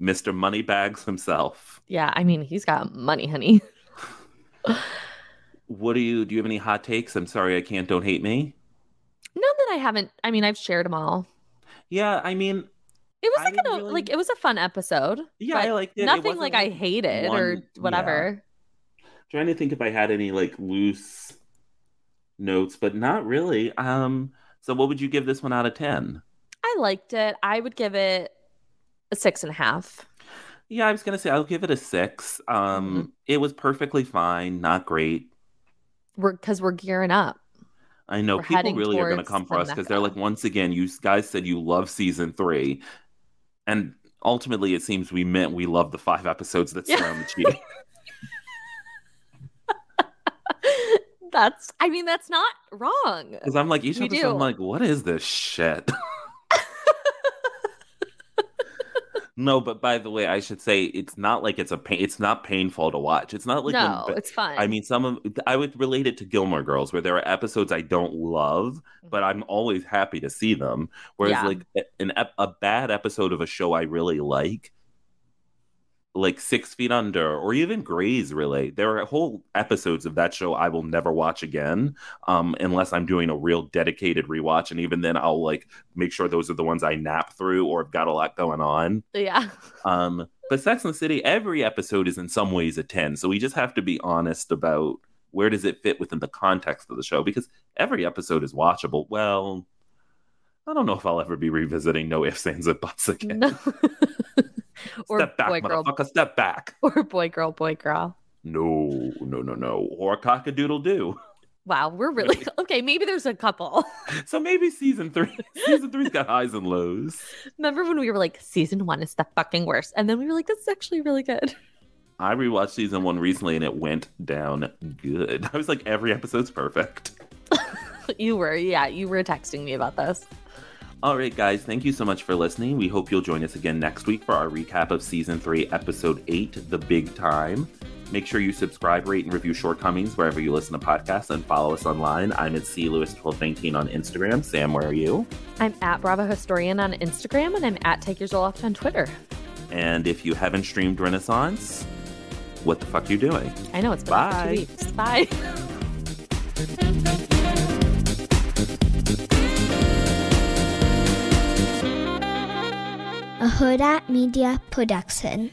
Speaker 2: Mr. Moneybags himself.
Speaker 1: Yeah, I mean, he's got money, honey.
Speaker 2: What do you do? You have any hot takes? I'm sorry, I can't. Don't hate me.
Speaker 1: None that I haven't. I mean, I've shared them all.
Speaker 2: Yeah, I mean,
Speaker 1: It was like an, like it was a fun episode.
Speaker 2: Yeah, I
Speaker 1: but
Speaker 2: liked it. It
Speaker 1: Nothing
Speaker 2: wasn't
Speaker 1: like I
Speaker 2: like
Speaker 1: hated
Speaker 2: one-
Speaker 1: or whatever.
Speaker 2: trying to think if I had any like loose. notes, but not really. Um, so what would you give this one out of ten?
Speaker 1: I liked it. I would give it a six and a half.
Speaker 2: Yeah, I was gonna say I'll give it a six. Um, it was perfectly fine, not great.
Speaker 1: We're because we're gearing up.
Speaker 2: I know
Speaker 1: We're
Speaker 2: people
Speaker 1: heading
Speaker 2: really are gonna
Speaker 1: towards
Speaker 2: come for
Speaker 1: the
Speaker 2: us because they're like, once again, you guys said you love season three, and ultimately, it seems we meant we love the five episodes that
Speaker 1: Yeah.
Speaker 2: surround the cheating.
Speaker 1: That's I mean, that's not wrong.
Speaker 2: Because I'm like each
Speaker 1: We
Speaker 2: episode,
Speaker 1: do.
Speaker 2: I'm like, what is this shit? no, but by the way, I should say it's not like it's a pain. It's not painful to watch. It's not like when-
Speaker 1: No,
Speaker 2: but-
Speaker 1: it's fun.
Speaker 2: I mean, some of I would relate it to Gilmore Girls, where there are episodes I don't love, but I'm always happy to see them. Whereas
Speaker 1: Mm-hmm. Yeah.
Speaker 2: like an ep- a bad episode of a show I really like. Like Six Feet Under, or even Grey's Relay. There are whole episodes of that show I will never watch again, um, unless I'm doing a real dedicated rewatch. And even then, I'll like make sure those are the ones I nap through or have got a lot going on.
Speaker 1: Yeah.
Speaker 2: Um, but Sex and the City, every episode is in some ways a 10. So we just have to be honest about where does it fit within the context of the show because every episode is watchable. Well, I don't know if I'll ever be revisiting No Ifs, Ands, and Buts again.
Speaker 1: Or
Speaker 2: step back,
Speaker 1: boy girl
Speaker 2: motherfucker, step back.
Speaker 1: or boy girl, boy girl.
Speaker 2: No, no, no, no. Or cockadoodle doo.
Speaker 1: Wow, we're really okay. Maybe there's a couple.
Speaker 2: So maybe season three, season three's got highs and lows.
Speaker 1: Remember when we were like, season one is the fucking worst, and then we were like, this is actually really good.
Speaker 2: I rewatched season one recently and it went down good. I was like, every episode's perfect.
Speaker 1: you were, yeah, you were texting me about this.
Speaker 2: All right, guys, thank you so much for listening. We hope you'll join us again next week for our recap of season three, episode eight, The Big Time. Make sure you subscribe, rate, and review Shortcomings wherever you listen to podcasts and follow us online. I'm at CLewis1219 on Instagram. Sam, where are you?
Speaker 1: I'm at Bravo Historian on Instagram, and I'm at Take Your Zoloft on Twitter.
Speaker 2: And if you haven't streamed Renaissance, what the fuck are you doing?
Speaker 1: I know it's been out for
Speaker 2: Bye.
Speaker 1: two weeks. Bye.
Speaker 12: A Huda Media Production.